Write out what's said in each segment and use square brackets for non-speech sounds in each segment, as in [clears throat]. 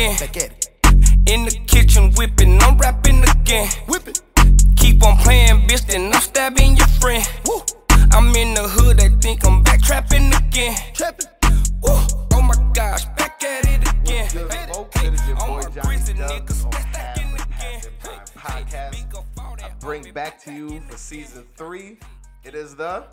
Oh again. In the kitchen whipping, I'm rapping again. Whip it. Keep on playing, bitch, then I'm stabbing your friend. Woo. I'm in the hood, they think I'm back trapping again. Trapping. Woo. Oh my gosh, back at it again. What's good, Hey, folks? It is your boy, on my Johnny prison Dubs niggas, on stacking Half again. and Half Hey, in Time hey, podcast. big up all that, I bring homie, back to you in for the season kitchen. three. It is the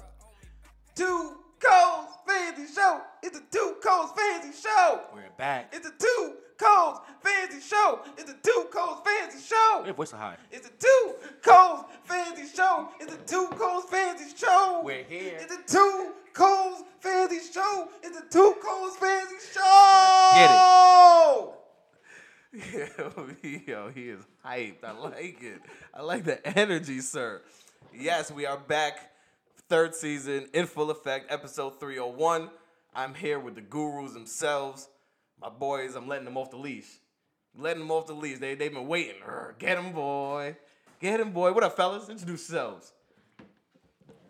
Two Coles Fancy Show. It's the Two Coles Fancy Show. We're back. It's the Two Coles Fancy Show. It's the Two Coles Fancy Show. Your voice so high. It's the Two Coles Fancy Show. It's the Two Coles Fancy Show. We're here. It's the Two Coles Fancy Show. It's the Two Coles Fancy Show. [laughs] Yo, yo, he is hyped. I like it. I like the energy, sir. Yes, we are back. Third season in full effect, episode 301. I'm here with the gurus themselves. My boys, I'm letting them off the leash. Letting them off the leash. They, they've been waiting. Urgh, Get him, boy. Get him, boy. What up, fellas? Introduce yourselves.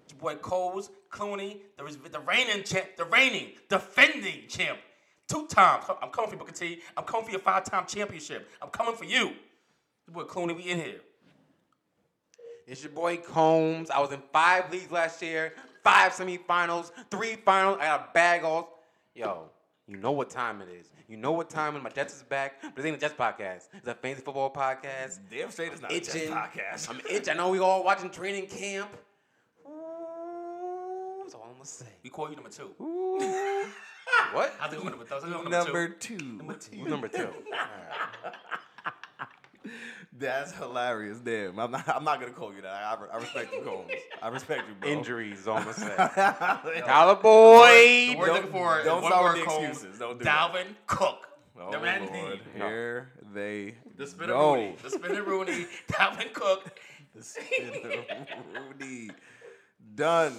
Your boy Coles, Clooney, the, res- the reigning champ, the reigning, defending champ. Two times. I'm coming for you, Booker T. I'm coming for your five time championship. I'm coming for you. Your boy Clooney, we in here. It's your boy Combs. I was in five leagues last year, five semifinals, three finals. I got a bag off. Yo, you know what time it is. You know what time when my Jets is back. But this ain't a Jets podcast. It's a fantasy football podcast. Damn straight it's not a Jets Itching. podcast. I'm itching. I know we all watching [laughs] training camp. Ooh, that's all I'm gonna say. We call you number two. What? [laughs] I think we're number, I think we're number, Number two. two. Who's number two? [laughs] That's hilarious. Damn, I'm not, I'm not gonna call you that. I, I respect you, Combs. I respect you, bro. Injuries, is all I'm gonna [laughs] say. Dollar boy. The word Don't- looking for is don't one start with word the Coles, excuses. Don't do that. Dalvin Cook. Oh, the Randy. Lord. Here they The Spinner go. Rooney. The [laughs] Spinner Rooney. Dalvin Cook. Rooney. Done.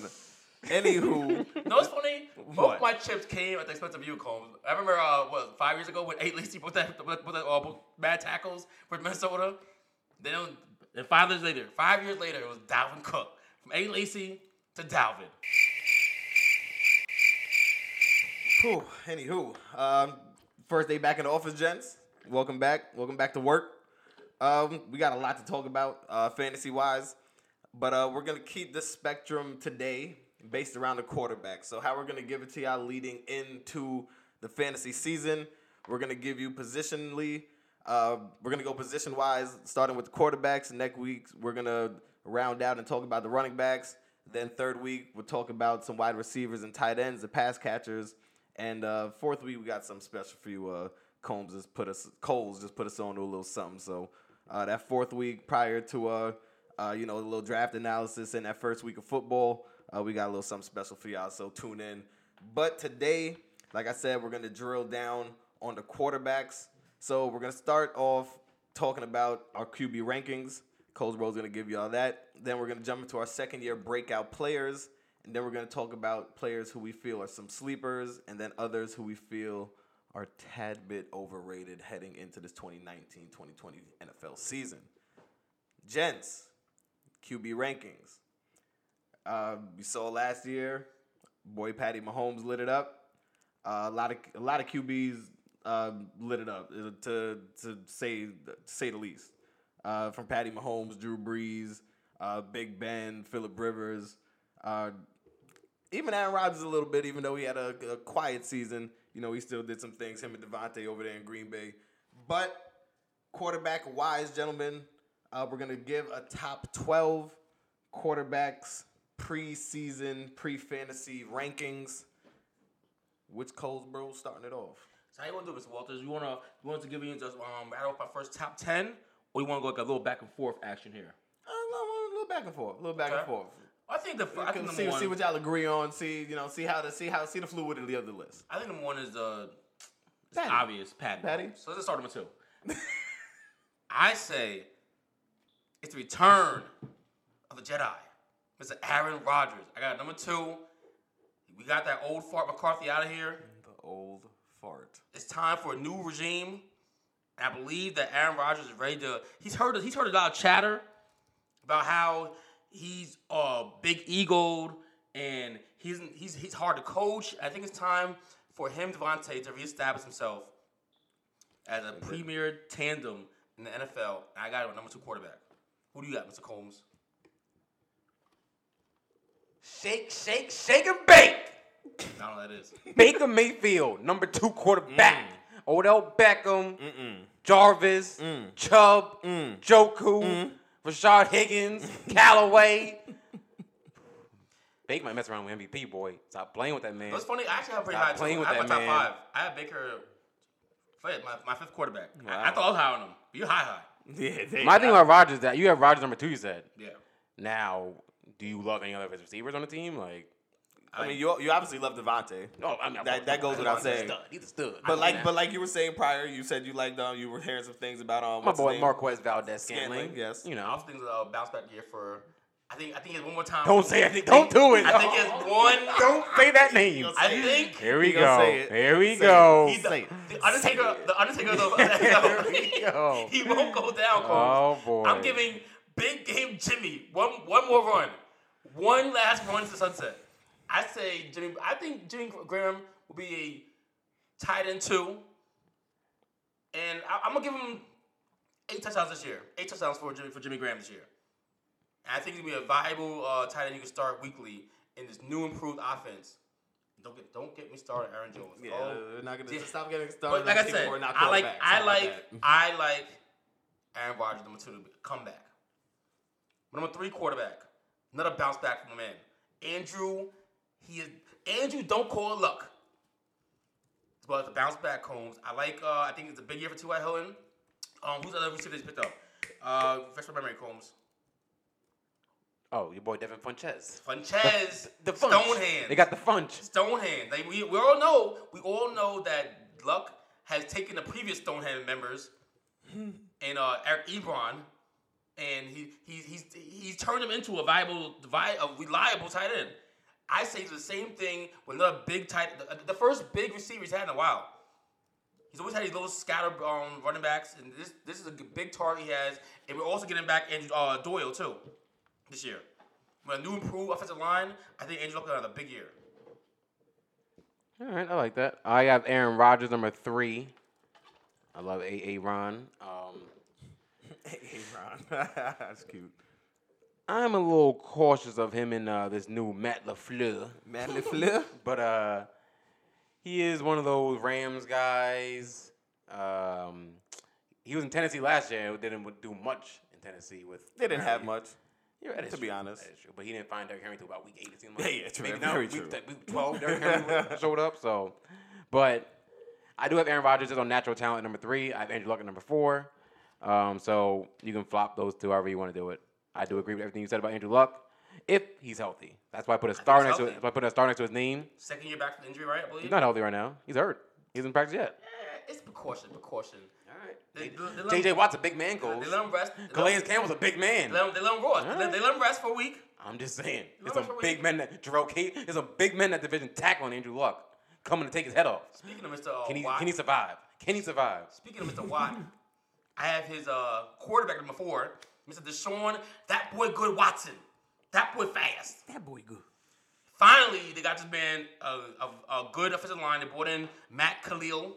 [laughs] Anywho, You know what's funny? Both What? my chips came at the expense of you, Combs. I remember, uh, what, five years ago when [laughs] eight Lacy put that, put that uh, put bad tackles for Minnesota. They don't, and five years later, five years later, it was Dalvin Cook. From eight Lacy to Dalvin. Whew, anywho, um, first day back in the office, gents. Welcome back. Welcome back to work. Um, we got a lot to talk about, uh, fantasy wise, but uh, we're gonna keep this spectrum today based around the quarterback. So how we're gonna give it to y'all leading into the fantasy season. We're gonna give you positionally. Uh, we're gonna go position wise, starting with the quarterbacks. Next week, we're gonna round out and talk about the running backs. Then third week, we'll talk about some wide receivers and tight ends, the pass catchers, and uh, fourth week we got something special for you. Uh, Combs just put us, Coles just put us on to a little something. So uh, that fourth week prior to uh, uh, you know, a little draft analysis and that first week of football, uh, we got a little something special for y'all. So tune in. But today, like I said, we're gonna drill down on the quarterbacks. So we're gonna start off talking about our QB rankings. Coles Rose gonna give you all that. Then we're gonna jump into our second year breakout players, and then we're gonna talk about players who we feel [laughs] are some sleepers, and then others who we feel are tad bit overrated heading into this 2019-2020 NFL season. Gents, QB rankings. Uh, we saw last year, boy Patty Mahomes lit it up. Uh, a lot of a lot of QBs um, lit it up uh, to to say say the least. Uh, from Patty Mahomes, Drew Brees, uh, Big Ben, Philip Rivers, uh, even Aaron Rodgers a little bit. Even though he had a, a quiet season, you know he still did some things. Him and Devontae over there in Green Bay, but quarterback wise, gentlemen, uh, we're gonna give a top twelve quarterbacks preseason pre fantasy rankings. Which Coles bro starting it off? So how you wanna do this, Walters? You wanna you want to give me just um rattle off our first top ten, or you wanna go like a little back and forth action here? Uh, A little, a little back and forth, a little back and Okay. forth. I think the I think number See, one. see what y'all agree on. See, you know, see how to see how see the fluidity of the list. I think number one is uh, it's Patty. obvious Patty. Patty. So let's start number two. [laughs] I say it's the return of the Jedi, Mr. Aaron Rodgers. I got number two. We got that old fart McCarthy out of here. The old fart. It's time for a new regime. I believe that Aaron Rodgers is ready to. He's heard. He's heard a lot of chatter about how he's uh big egoed and he's he's he's hard to coach. I think it's time for him, Devontae, to reestablish himself as a premier tandem in the NFL. And I got him at number two quarterback. Who do you got, Mr. Combs? Shake, shake, shake and bake. I don't know [laughs] who that is. Baker Mayfield, number two quarterback. Odell Beckham, Jarvis, Chubb, Joku, Rashad Higgins, Callaway. Baker might mess around with MVP, boy. Stop playing with that man. It was funny. I actually have pretty Stop high too. playing with I that have my top man. five. I have Baker, fifth, my, my fifth quarterback. I- I, Wow. thought I was high on him. You high high. Yeah, they- My thing about Rodgers is that you have Rodgers number two, you said. Yeah. Now, do you love any other of his receivers on the team? Like, Oh, I mean, you you obviously love Devontae. no, I'm not. That- that goes without He's a saying. stud. He's a stud. But like, but like you were saying prior, you said you liked um, you were hearing some things about um, my what's his boy name? Marquez Valdez Scantling. Scantling, yes. You I know. also think it's a bounce back year for. I think I think it's one more time. Don't say anything. Don't do it. I think it's one. [laughs] Don't say that name. I think Here we He gonna say go. it. Here we Say it. go. He's say it. the Undertaker. The Undertaker [laughs] of the [laughs] Here we go. NFL. he won't go down. Combs. Oh, boy. I'm giving Big Game Jimmy one one more run, one last run to sunset. I say Jimmy. I think Jimmy Graham will be a tight end two, and I, I'm gonna give him eight touchdowns this year. Eight touchdowns for Jimmy for Jimmy Graham this year. And I think he's gonna be a viable uh, tight end you can start weekly in this new improved offense. Don't get don't get me started, Aaron Jones. Yeah, Oh, we're not gonna yeah. stop getting started. But like I people said, who are not I like quarterbacks. How I about like that? I like Aaron Rodgers number two to come back. Number three quarterback, another bounce back from a man. Andrew, he is Andrew. Don't call it luck. But the bounce back Combs. I like. Uh, I think it's a big year for T.Y. Hilton. Um, who's the other receiver they picked up? Uh, fresh my memory, Combs. Oh, your boy Devin Funches. Funches, The Funch. Stonehand. They got the Funch. Stonehand. Like we, we all know, we all know that Luck has taken the previous Stonehand members and uh, Eric Ebron, and he he's he's he's turned him into a viable, vi- a reliable tight end. I say the same thing with another big tight, the, the first big receiver he's had in a while. He's always had these little scatter um, running backs, and this this is a g- big target he has. And we're also getting back Andrew uh, Doyle too this year. With a new improved offensive line, I think Andrew Luck will have a big year. All right, I like that. I have Aaron Rodgers number three. I love A. Ron. Um, Aaron. [laughs] That's cute. I'm a little cautious of him in uh, this new Matt Lafleur, Matt LeFleur. [laughs] but uh, he is one of those Rams guys. Um, he was in Tennessee last year. and Didn't do much in Tennessee with. They didn't have much. Yeah, that is to be true. honest. That is true. But he didn't find Derrick Henry until about week eight. It [laughs] seemed Yeah, like. yeah, true. Maybe Very now true. Week, th- week twelve, Derrick [laughs] Henry showed up. So, but I do have Aaron Rodgers just on natural talent at number three. I have Andrew Luck at number four. Um, so you can flop those two however you want to do it. I do agree with everything you said about Andrew Luck, if he's healthy. That's why I put a star he's next to. healthy. That's why I put a star next to his name. Second year back from injury, right? I believe. He's not healthy right now. He's hurt. He hasn't practiced yet. Eh, it's precaution, precaution. They- they let J.J. him- Watt's a big man, They goes. let him rest. They let Calais him- Campbell's a big man. They let him, they let him roll. They, let- right. they let him rest for a week. I'm just saying, know there's some what we- big men that Jerome Kate, there's some big men that division tackling Andrew Luck coming to take his head off. Speaking of Mr. Uh, Can he? Watt, Can he survive? Can he survive? speaking of Mr. Watt, I have his uh, quarterback number four, Mr. Deshaun. That boy, good Watson. That boy, fast. That boy good. Finally, they got this man a, a, a good offensive line. They brought in Matt Khalil,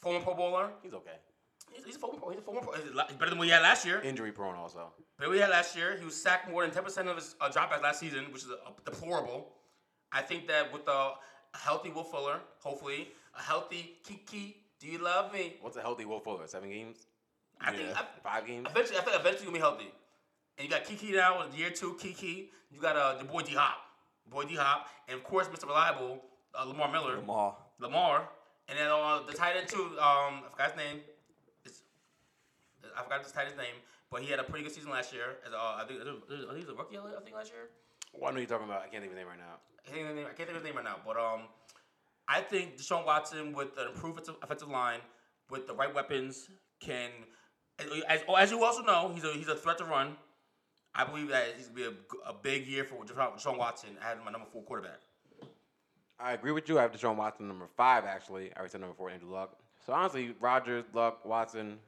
former Pro Bowler. He's okay. He's, he's a former Pro. He's a former Pro. He's a lot- he's better than what he had last year. Injury prone also. But we had last year, he was sacked more than 10% of his uh, dropbacks last season, which is uh, deplorable. I think that with uh, a healthy Will Fuller, hopefully, a healthy Kiki, do you love me? What's a healthy Will Fuller? Seven games? I think I, Five games? eventually, I think eventually he'll be healthy. And you got Kiki now, with year two Kiki. You got uh, the boy D Hop, boy D Hop, and of course Mr. Reliable, uh, Lamar Miller, Lamar, Lamar. and then uh, the tight end too. Um, I forgot his name. It's, I forgot his tight end's name, but he had a pretty good season last year. As uh, I think I think he was a rookie. I think last year. Well, I know you're talking about. I can't think of his name right now. I can't think of his name- I can't think of his name right now, but um, I think Deshaun Watson with an improved offensive- offensive line, with the right weapons, can as, oh, as you also know, he's a he's a threat to run. I believe that he's gonna be a, g- a big year for Deshaun Deshaun Watson. I had him my number four quarterback. I agree with you. I have Deshaun Watson number five, actually. I already said number four, Andrew Luck. So honestly, Rogers, Luck, Watson,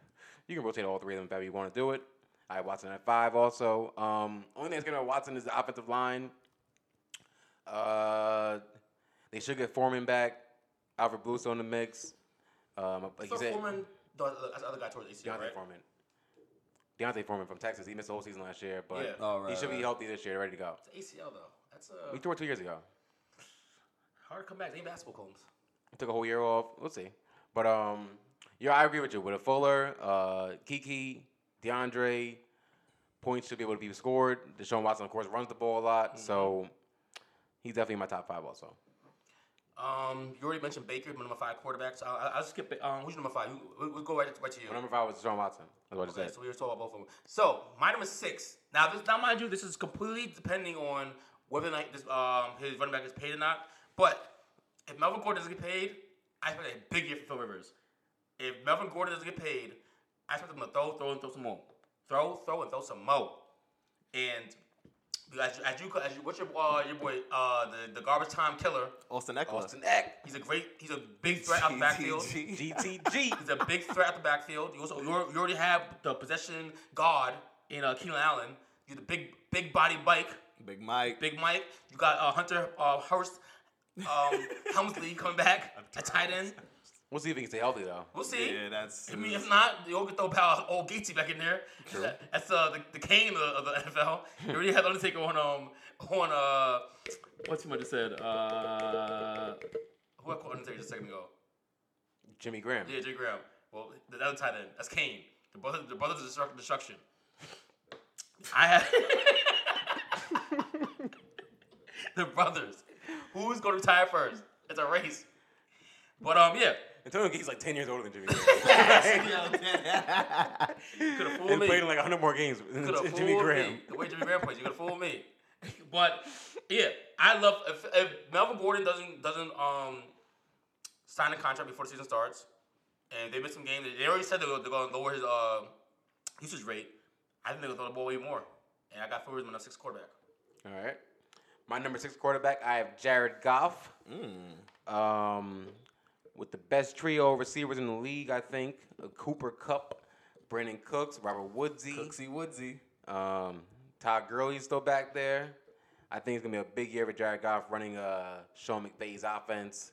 you can rotate all three of them if you want to do it. I have Watson at five also. Um, only thing that's going to Watson is the offensive line. Uh, they should get Foreman back. Alfred Blue's on the mix. Um, like So you said, Foreman, the, the, that's the other guy towards ACL, Deontay right? Foreman. Deontay Foreman from Texas. He missed the whole season last year, but Yeah. Oh, right, he should right. be healthy this year, ready to go. It's ACL though. That's a He tore it two years ago. hard comeback. Ain't basketball Combs. He took a whole year off. We'll see. But um, yeah, I agree with you. With a Fuller, uh, Kiki, DeAndre, points should be able to be scored. Deshaun Watson, of course, runs the ball a lot, Mm-hmm. so he's definitely in my top five also. Um, you already mentioned Baker, my number five quarterback. So I'll, I'll skip it. Um, who's your number five? Who- We'll, we'll go right, right to you. My number five was Deshaun Watson. That's what I Okay, said. so we were talking about both of them. So my number six. Now, this, now, mind you, this is completely depending on whether or not this, um, his running back is paid or not. But if Melvin Gordon doesn't get paid, I expect a big year for Phil Rivers. If Melvin Gordon doesn't get paid, I expect him to throw, throw, and throw some more. Throw, throw, and throw some more. And as you, as you, as you what's your uh, your boy uh, the the garbage time killer? Austin Eckler. Austin Eck, He's a great. He's a big threat out the backfield. GTG. He's a big threat at the backfield. You also you al- you already have the possession guard in uh, Keenan Allen. You the big big body Mike, Big Mike. big Mike. You got uh, Hunter uh, Hurst um, [laughs] Helmsley coming back at tight end. [laughs] we'll see if he can stay healthy though. We'll see. Yeah, that's. I mean, if not, you all could throw pal old Gaethje back in there. That's uh, the, the cane of, of the NFL. You already had Undertaker on um on uh what's he just said uh who I called Undertaker just a second ago. Jimmy Graham. Yeah, Jay Graham. Well, the other tight end. That's Kane. The brother, the brothers of destruct- destruction. I have [laughs] the brothers. Who's going to retire first? It's a race. But um, yeah, Antonio Gates like ten years older than [laughs] Jimmy Graham. [laughs] [laughs] could have He's fooled me. played in like hundred more games Could than have Jimmy fooled Graham. me. The way Jimmy Graham plays, you could have fooled me. [laughs] But yeah, I love if, if Melvin Gordon doesn't doesn't um sign a contract before the season starts, and they miss some games. They already said they're, gonna- they're going to lower his uh, usage rate. I think they're going to throw the ball way more. And I got Phil Rivers my six quarterback. All right. My number six quarterback, I have Jared Goff. Um, with the best trio of receivers in the league, I think Uh, Cooper Cup, Brandon Cooks, Robert Woodsy, Cooksy Woodsy. um, Todd Gurley's still back there. I think it's gonna be a big year for Jared Goff running uh, Sean McVay's offense.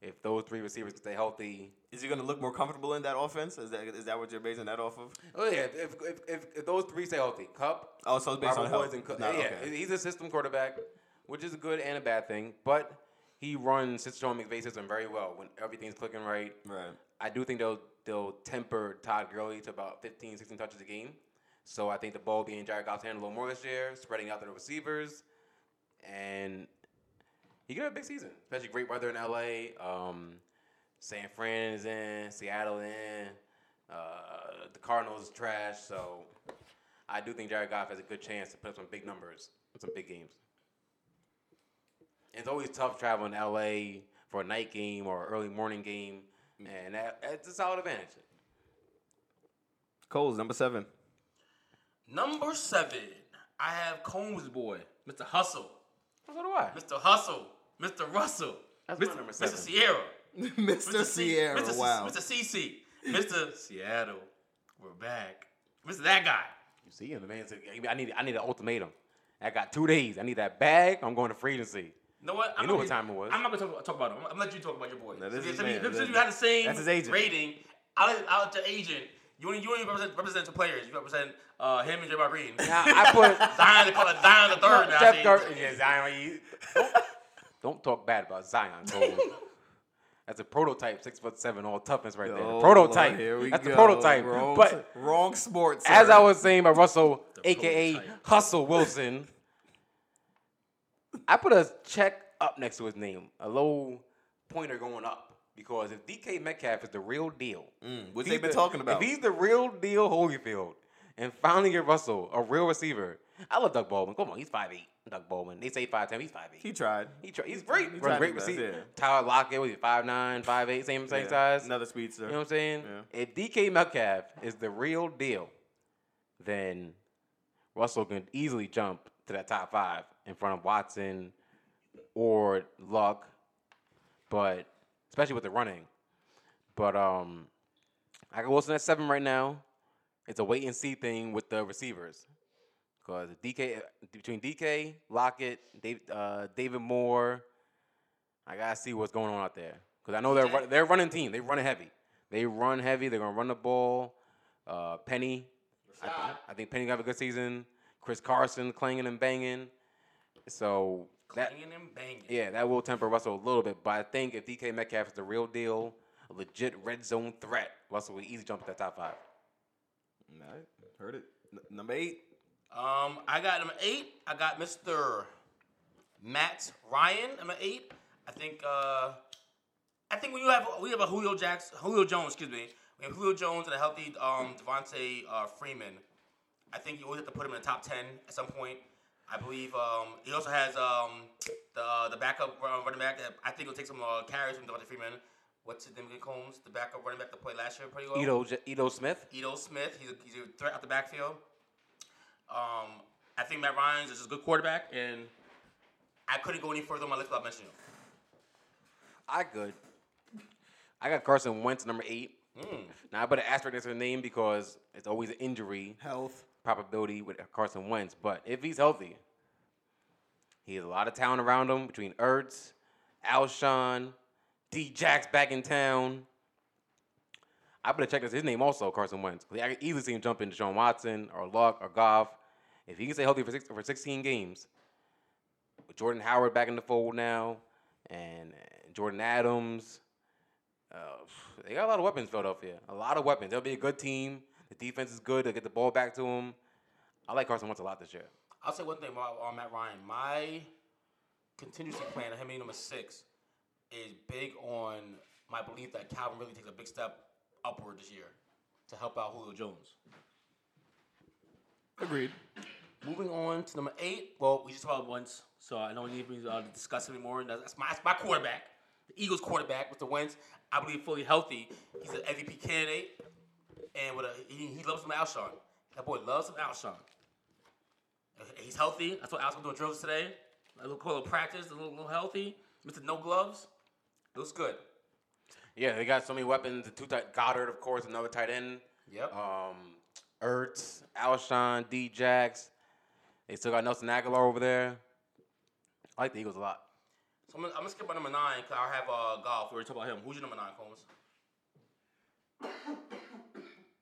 If those three receivers can stay healthy, Is he going to look more comfortable in that offense? Is that is that what you're basing that off of? oh yeah, if if, if, if those three stay healthy, Cup, Oh, so it's based Robert on Woods health. and Cook. Not- yeah, okay. he's a system quarterback, which is a good and a bad thing. But he runs Sean McVay's system very well when everything's clicking right. Right. I do think they'll they'll temper Todd Gurley to about 15, 16 touches a game. So I think the ball being Jared Goff's hand a little more this year, spreading out to the receivers, and he could have a big season, especially great weather in LA. Um, San Fran is in, Seattle in, uh, the Cardinals is trash. So I do think Jared Goff has a good chance to put up some big numbers, in some big games. It's always tough traveling to LA for a night game or early morning game, and that, that's a solid advantage. Cole's number seven. Number seven, I have Combs boy, Mr. Hustle, So do I. Mr. Hustle, Mr. Russell, That's my Mr. number Mr. seven. Sierra. Mr. C- Sierra. Mr. C- Wow. Mr. CC. Mr. Seattle. We're back. Mr. That guy. You see him, the man said, "I need, I need an ultimatum. I got two days. I need that bag. I'm going to free agency." You know what? You know not what gonna- time it was. I'm not gonna talk, talk about him. I'm, gonna let you talk about your boy. No, this Since- is since you- man. since you had the same That's his agent. rating, I'll let- I'll let the agent. You only, you only represent, represent the players. You represent uh, him and Jamar Green. Now, I put [laughs] Zion, they call it Zion the third. now, Jeff see. Gur- yeah, Zion. you- don't, don't talk bad about Zion. [laughs] Cole. That's a prototype, six foot seven, all toughness right there. The Oh, prototype. Lord, here we That's the go. prototype. Wrong, but wrong sports. As sir. I was saying about Russell, aka prototype. Hustle Wilson, I put a check up next to his name, a low pointer going up. Because if DK Metcalf is the real deal, What if they he's been the- talking about? If he's the real deal Holyfield and finally get Russell, a real receiver, I love Doug Baldwin. Come on, he's 5'8. Doug Baldwin. They say 5'10, he's 5'8. he tried. He tra- he's great. he He's tried great his best, receiver. yeah. Tyler Lockett, was he, 5'9, 5'8, same, same Yeah. size? Another speedster. You know what I'm saying? Yeah. If DK Metcalf is the real deal, then Russell can easily jump to that top five in front of Watson or Luck, but especially with the running. But um, I got Wilson at seven right now. It's a wait and see thing with the receivers. Because DK between DK, Lockett, Dave, uh, David Moore, I gotta see what's going on out there. Because I know they're run, they're running team. They're running heavy. They run heavy. They're gonna run the ball. Uh, Penny, I, th- I think Penny gonna have a good season. Chris Carson clanging and banging. So that Banging and banging. yeah, that will temper Russell a little bit. But I think if DK Metcalf is the real deal, a legit red zone threat, Russell will easily jump to that top five. All right, heard it. N- number eight. Um, I got number eight. I got Mr. Matt Ryan. Number eight. I think. Uh, I think when you have we have a Julio Jackson, Julio Jones, excuse me. We have Julio Jones and a healthy um, Devontae uh, Freeman. I think you always have to put him in the top ten at some point. I believe um, he also has um, the the backup uh, running back that I think will take some uh, carries from Devontae Freeman. What's his name again, Combs? The backup running back that played last year pretty well. Edo, J- Edo Smith. Edo Smith. He's a, he's a threat out the backfield. Um, I think Matt Ryan's is a good quarterback, and I couldn't go any further on my list without mentioning him. I could. I got Carson Wentz number eight. Now I put an asterisk next to the name because it's always an injury Health. probability with Carson Wentz. But if he's healthy, he has a lot of talent around him between Ertz, Alshon, D. Jack's back in town. I better check this. His name also Carson Wentz. 'Cause I could easily see him jump into Sean Watson or Luck or Goff. If he can stay healthy for six, for 16 games, with Jordan Howard back in the fold now, and Jordan Adams. Uh, they got a lot of weapons, Philadelphia. A lot of weapons. They'll be a good team. The defense is good. They'll get the ball back to him. I like Carson Wentz a lot this year. I'll say one thing about on Matt Ryan. My contingency plan, him being number six, is big on my belief that Calvin really takes a big step upward this year to help out Julio Jones. Agreed. Moving on to number eight. Well, we just talked about it once, so I don't need to uh, discuss it anymore. And that's that's my, that's my quarterback, the Eagles quarterback, Mr. Wentz. I believe fully healthy. He's an MVP candidate, and with a, he, he loves some Alshon. That boy loves some Alshon. And He's healthy. That's what Alshon doing drills today. A little, little practice, a little, little healthy. Mr. No gloves. Looks good. Yeah, they got so many weapons. The two tight Goddard, of course, another tight end. Yep. Um, Ertz, Alshon, D. Jax. They still got Nelson Aguilar over there. I like the Eagles a lot. so I'm gonna, I'm gonna skip my number nine because I have uh, golf. We already talked about him. Who's your number nine, Combs?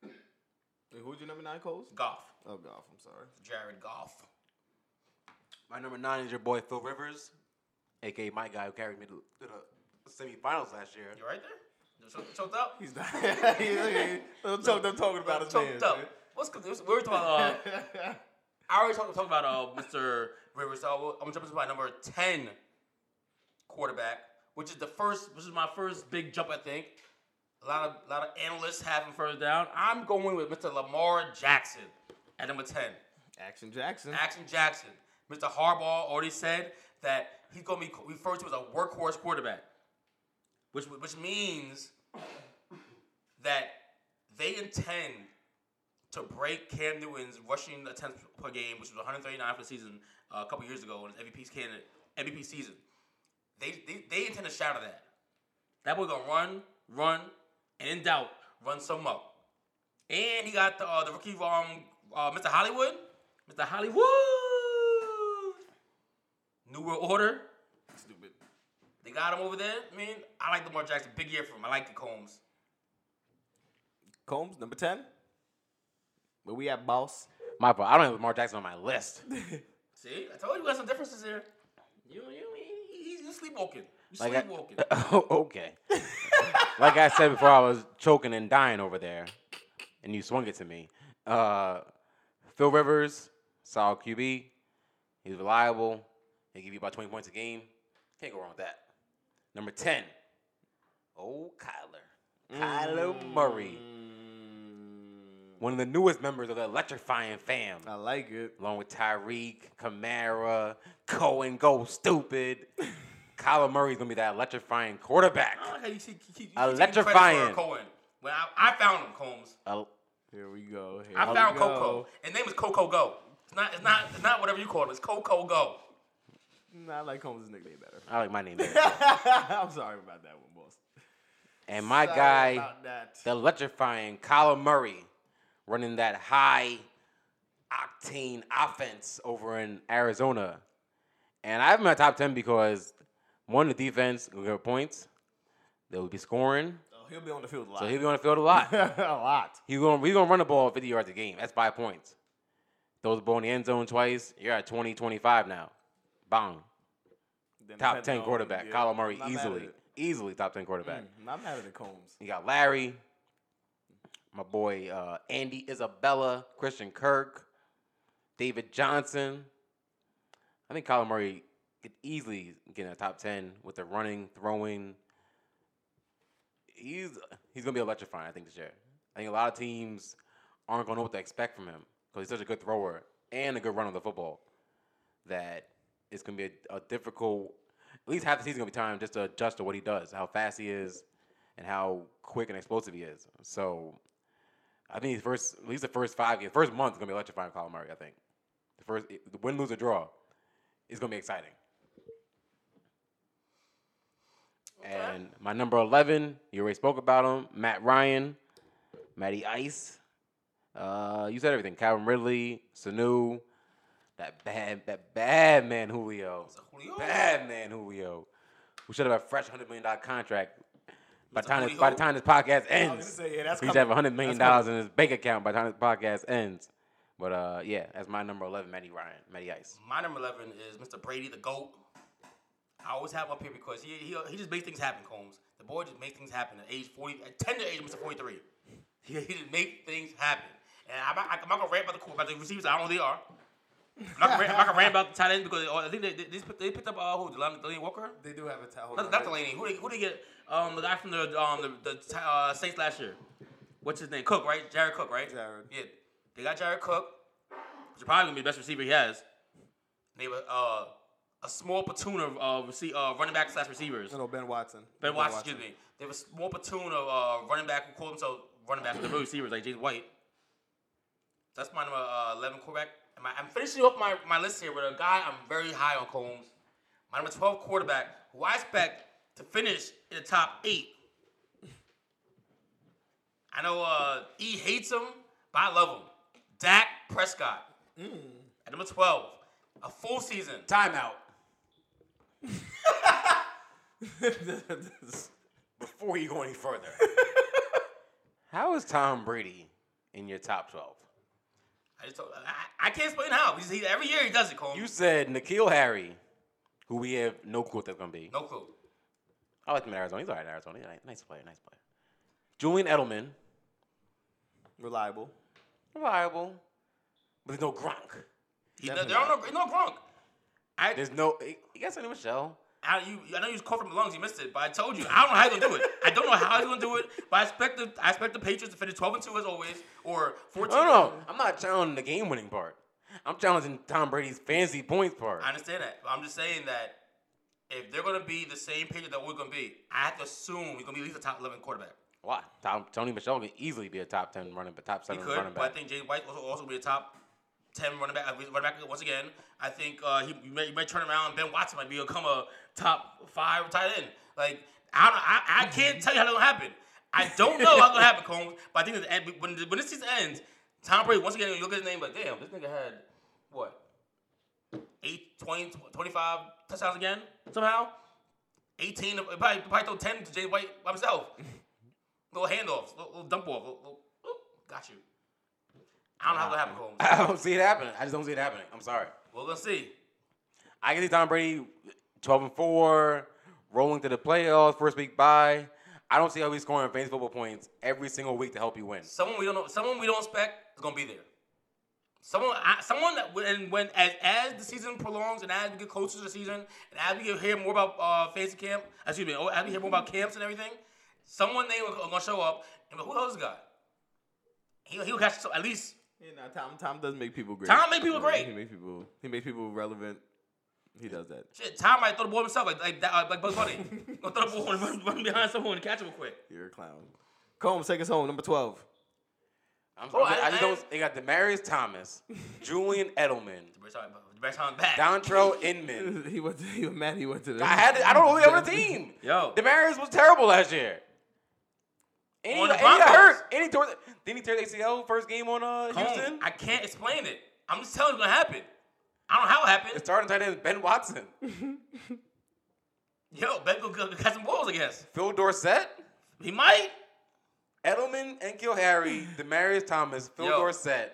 Wait, who's your number nine, Coles? Golf. Oh, golf. I'm sorry. Jared Golf. My number nine is your boy Phil Rivers, aka my guy who carried me to to the semifinals last year. You right there? You choked- Choked up? He's not. [laughs] he's okay. I'm choked up talking about his choked man. up. What's good? We were talking about. [laughs] Uh, man. I already talked, talked about uh, Mr. Rivers. So I'm gonna jump into my number ten quarterback, which is the first, which is my first big jump. I think a lot of a lot of analysts have him further down. I'm going with Mr. Lamar Jackson at number ten. Action Jackson. Action Jackson. Mr. Harbaugh already said that he's going to be referred to as a workhorse quarterback, which which means that they intend to break Cam Newton's rushing attempts per game, which was 139 for the season uh, a couple years ago in his MVP's candidate MVP season. They, they they intend to shatter that. That boy gonna run, run, and in doubt, run some up. And he got the, uh, the rookie um uh, Mr. Hollywood, Mr. Hollywood, New World Order. Stupid. They got him over there. I mean, I like Lamar Jackson. Big year for him. I like the Combs. Combs, number 10. Where we at, boss? My fault. I don't have Lamar Jackson on my list. See, I told you we got some differences here. You, you, he's, he's sleepwalking. You Like uh, I- [laughs] Oh, sleepwalking. okay. like I said before, I was choking and dying over there, and you swung it to me. Uh, Phil Rivers, solid QB. He's reliable. He give you about 20 points a game. Can't go wrong with that. Number 10, old Kyler. Kyler Murray. Mm. One of the newest members of the electrifying fam I like it. along with Tyreek, Kamara, Cohen, [laughs] go stupid. Kyler Murray's gonna be that electrifying quarterback. Oh, I like how you see, you, keep- you Electrifying. Electrifying. Cohen. When I, I found him, Combs. El- Here we go. Here I we found go. Coco. His name is Coco Go. It's not. It's not. It's not whatever you call him. It's Coco Go. Nah, I like Combs' nickname [laughs] better. I like my name better. I'm sorry about that one, boss. And my Sorry guy, about that. the electrifying Kyler Murray, running that high octane offense over in Arizona. And I have him in my top ten because one, the defense will get points. They will be scoring. oh, he'll be on the field a lot. So he'll be on the field a [laughs] lot. a lot. He gonna we gonna run the ball 50 yards a game. That's five points. Throws the ball in the end zone twice. You're at 20, 25 now. Bong. Then Top depending 10 on- quarterback. yeah, Kyler Murray I'm not mad at easily. it. Easily top 10 quarterback. Mm, I'm mad at the Combs. You got Larry, my boy uh, Andy Isabella, Christian Kirk, David Johnson. I think Kyler Murray could easily get in a top ten with the running, throwing. He's he's gonna be electrifying, I think, this year. I think a lot of teams aren't gonna know what to expect from him because he's such a good thrower and a good runner of the football that it's gonna be a, a difficult. At least half the season gonna be time just to adjust to what he does, how fast he is, and how quick and explosive he is. So, I think his first, at least the first five years, first month is gonna be electrifying, for Kyler Murray. I think the first the win, lose, or draw is gonna be exciting. And my number eleven, you already spoke about him, Matt Ryan, Matty Ice. Uh, you said everything. Calvin Ridley, Sanu, that bad, that bad man Julio, Julio. bad man Julio, who should have had a fresh hundred million dollar contract by the It's a time this, Julio. by the time this podcast I was ends. gonna say, yeah, that's He should coming. have hundred million That's dollars in his bank account by the time this podcast ends. But uh, yeah, that's my number eleven, Matty Ryan, Matty Ice. My number eleven is Mr. Brady, the goat. I always have him up here because he, he he just makes things happen, Combs. The boy just makes things happen. At age forty, at tender age, Mr. Forty three, [laughs] he, he just make things happen. And I'm not, I'm not gonna rant about the court, about the receivers. I don't know who they are. I'm not gonna rant, I'm not gonna rant about the tight ends because they, I think they, they, they, picked, they picked up uh, who Delan- Delaney Walker. They do have a towel. Not, not Delaney. Who they who they get? Um, the guy from the um the, the uh, Saints last year. What's his name? Cook, right? Jared Cook, right? Jared. Yeah, they got Jared Cook, which is probably gonna be the best receiver he has. They were uh a small platoon of uh, rece- uh running back slash receivers. No, no, Ben Watson. Ben Watson, excuse me. They have a small platoon of uh, running back who call themselves running back. They're really receivers like James White. So that's my number uh, 11 quarterback. And my, I'm finishing up my, my list here with a guy I'm very high on, Combs. My number 12 quarterback, who I expect to finish in the top eight. I know uh, E hates him, but I love him. Dak Prescott. Mm. At number 12, a full season. Timeout. [laughs] Before you go any further. How is Tom Brady in your top twelve? I just told, I, I can't explain how. He's, he, every year he does it, Combs. You said Nikhil Harry, who we have no clue what that's gonna be. no clue. I like him in Arizona. He's alright in Arizona. He's a ni- nice player, nice player. Julian Edelman, Reliable. reliable, but there's no Gronk. He, there Definitely there are no, no Gronk. I, There's no. You got something Michelle. I, you, I know you was caught from the lungs. You missed it, but I told you I don't know how he's gonna do it. I don't know how he's gonna do it, but I expect the I expect the Patriots to finish twelve and two as always, or fourteen. No, no, I'm not challenging the game winning part. I'm challenging Tom Brady's fancy points part. I understand that, but I'm just saying that if they're gonna be the same Patriots that we're gonna be, I have to assume he's gonna be at least a top eleven quarterback. Why? Tom, Tony Michelle could easily be a top ten running, but top He seven could, running but I back. think James White also also be a top ten running back. uh, Running back once again. I think uh, he, you may, you may turn around. Ben Watson might be become a top five tight end. Like I don't, I, I can't tell you how it's gonna happen. I don't know how it's gonna happen, Combs. But I think at the end, when when this season ends, Tom Brady once again you look at his name like, damn, this nigga had what 8, 20, 25 touchdowns again somehow. 18, of- probably, probably throw 10 to Jay White by himself. little handoffs, little, little dump off. Little, little, oop, got you. I don't know how to happen, Combs. [laughs] I don't see it happening. I just don't see it happening. I'm sorry. We're going to see. I can see Tom Brady twelve and four, rolling to the playoffs, first week bye. I don't see how he's scoring fantasy football points every single week to help you win. Someone we don't know, someone we don't expect is going to be there. Someone, I, someone that when, when as, as the season prolongs and as we get closer to the season and as we get, hear more about uh, fantasy camp, excuse me, oh, as we hear more about camps and everything, someone name is going to show up and be like, who else got? He'll, he'll catch at least Yeah, no, Tom. Tom does make people great. Tom make people Yeah, great. He makes people. He makes people relevant. He does that. Shit, Tom might throw the ball himself like like that, uh, like Bugs Bunny. Gonna throw the ball [laughs] and run, run behind someone and catch him real quick. You're a clown. Combs, take us home. Number twelve. [laughs] I'm, Oh, I'm- I- I, just I- don't. They got Demarius Thomas, Julian Edelman, Bryce Hall- Bryce Hall back. Dontrell Inman. He went. To, he was mad. He went to. The, I had. To, I don't know who the other team. Yo. Demarius was terrible last year. And he, On the and he got Broncos. hurt. And he tore. The, didn't he tear the ACL first game on uh, Combs, Houston? I can't explain it. I'm just telling you it's gonna happen. I don't know how it the happened. starting tight end is [laughs] Ben Watson, Yo, Ben go go- go catch some balls, I guess. Phil Dorsett. He might. Edelman and Kilharry, Demarius Thomas, Phil Yo. Dorsett,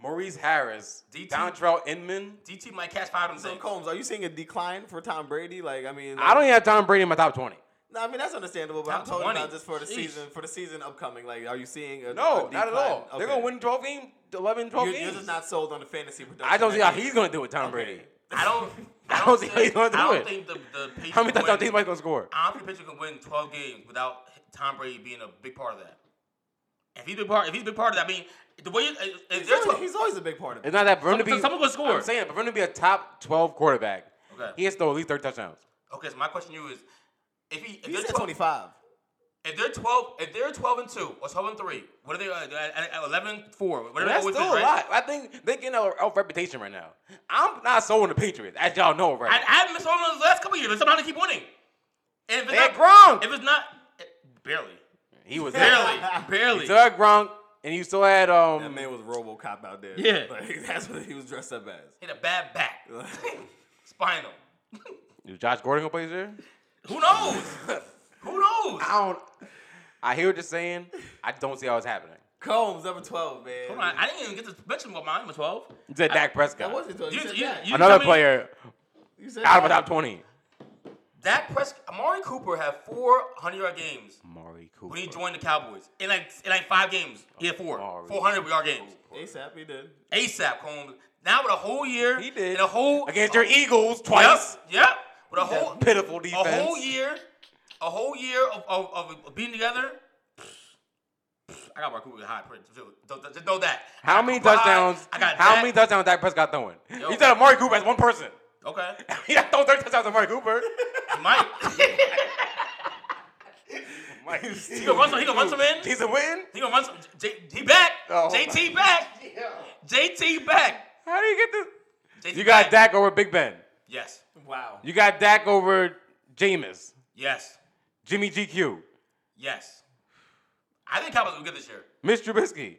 Maurice Harris, DT. Dontrell Inman. DT might catch five of [laughs] them So things. Combs, are you seeing a decline for Tom Brady? Like, I mean, I don't even have Tom Brady in my top twenty. No, I mean that's understandable, but Top I'm talking 20. about just for the Sheesh. season, for the season upcoming. Like, are you seeing a No, a not at decline? all. They're Okay. gonna win 12 games, 11, 12 You're, games. you're just not sold on the fantasy production. I don't see that how game. he's gonna do it, Tom Brady. I don't. I [laughs] don't don't think think. he's gonna do I don't it. think the the Patriots. How many can touchdowns do win- you think he's gonna score? I don't think Patriots can win 12 games without Tom Brady being a big part of that. If he's a big part, if he's a big part of that, I mean, the way if, if He's they're always, 12, he's always a big part of it. It's not that for him to Someone- be. someone gonna score. I'm saying, for him to be a top 12 quarterback, Okay. he has to throw at least 30 touchdowns. okay. So my question to you is, if he if He they're said 12 25. if they're 12 if they're 12 and two or 12 and three, what are they? Uh, at- at 11 and four. Whatever they That's always still been, a right? lot. I think they're getting a off reputation right now. I'm not sold on the Patriots, as y'all know right. I, I haven't been sold on them the last couple years, but somehow they keep winning. And if it's They not had Gronk. if it's not eh, [laughs] barely, he was [laughs] barely, there. barely. Still had Gronk, and you still had um. That man was RoboCop out there. Yeah. [laughs] like, that's what he was dressed up as. Hit a [laughs] bad back, spinal. Is Josh Gordon gonna play this year? Who knows? Who knows? [laughs] I don't. I hear what you're saying. I don't see how it's happening. Combs number 12, man. Hold on, I didn't even get to mention what mine was 12. You said Dak That Prescott, wasn't 12. You, You- said you- that. you- another tell me- player You said out of my that. top 20. Dak Prescott, Amari Cooper had four 100 yard games Amari Cooper. when he joined the Cowboys. In like in like five games, he had four. Amari 400 yard games. ASAP, he did. ASAP Combs. Now with a whole year, He did. And a whole Oh, against your Eagles Yep, twice. yep. With a whole Pitiful defense. a whole year, a whole year of, of, of being together. I got Mark Cooper high print. Just know that. How many Kawhi, touchdowns? I got how Dak. many touchdowns Dak Prescott throwing? Yo. You said Amari Cooper as one person. [laughs] Okay, He not throwing 30 touchdowns to Amari [laughs] Cooper. Mike. Mike. he gonna run some. He gonna run some in. He's a win. [laughs] He gonna run some. J, he back. Oh, JT back. JT back. How do you get this? JT You got back. Dak over Big Ben. Yes. Wow. You got Dak over Jameis, Yes. Jimmy GQ, Yes. I think Cowboys will get this year. Mitch Trubisky.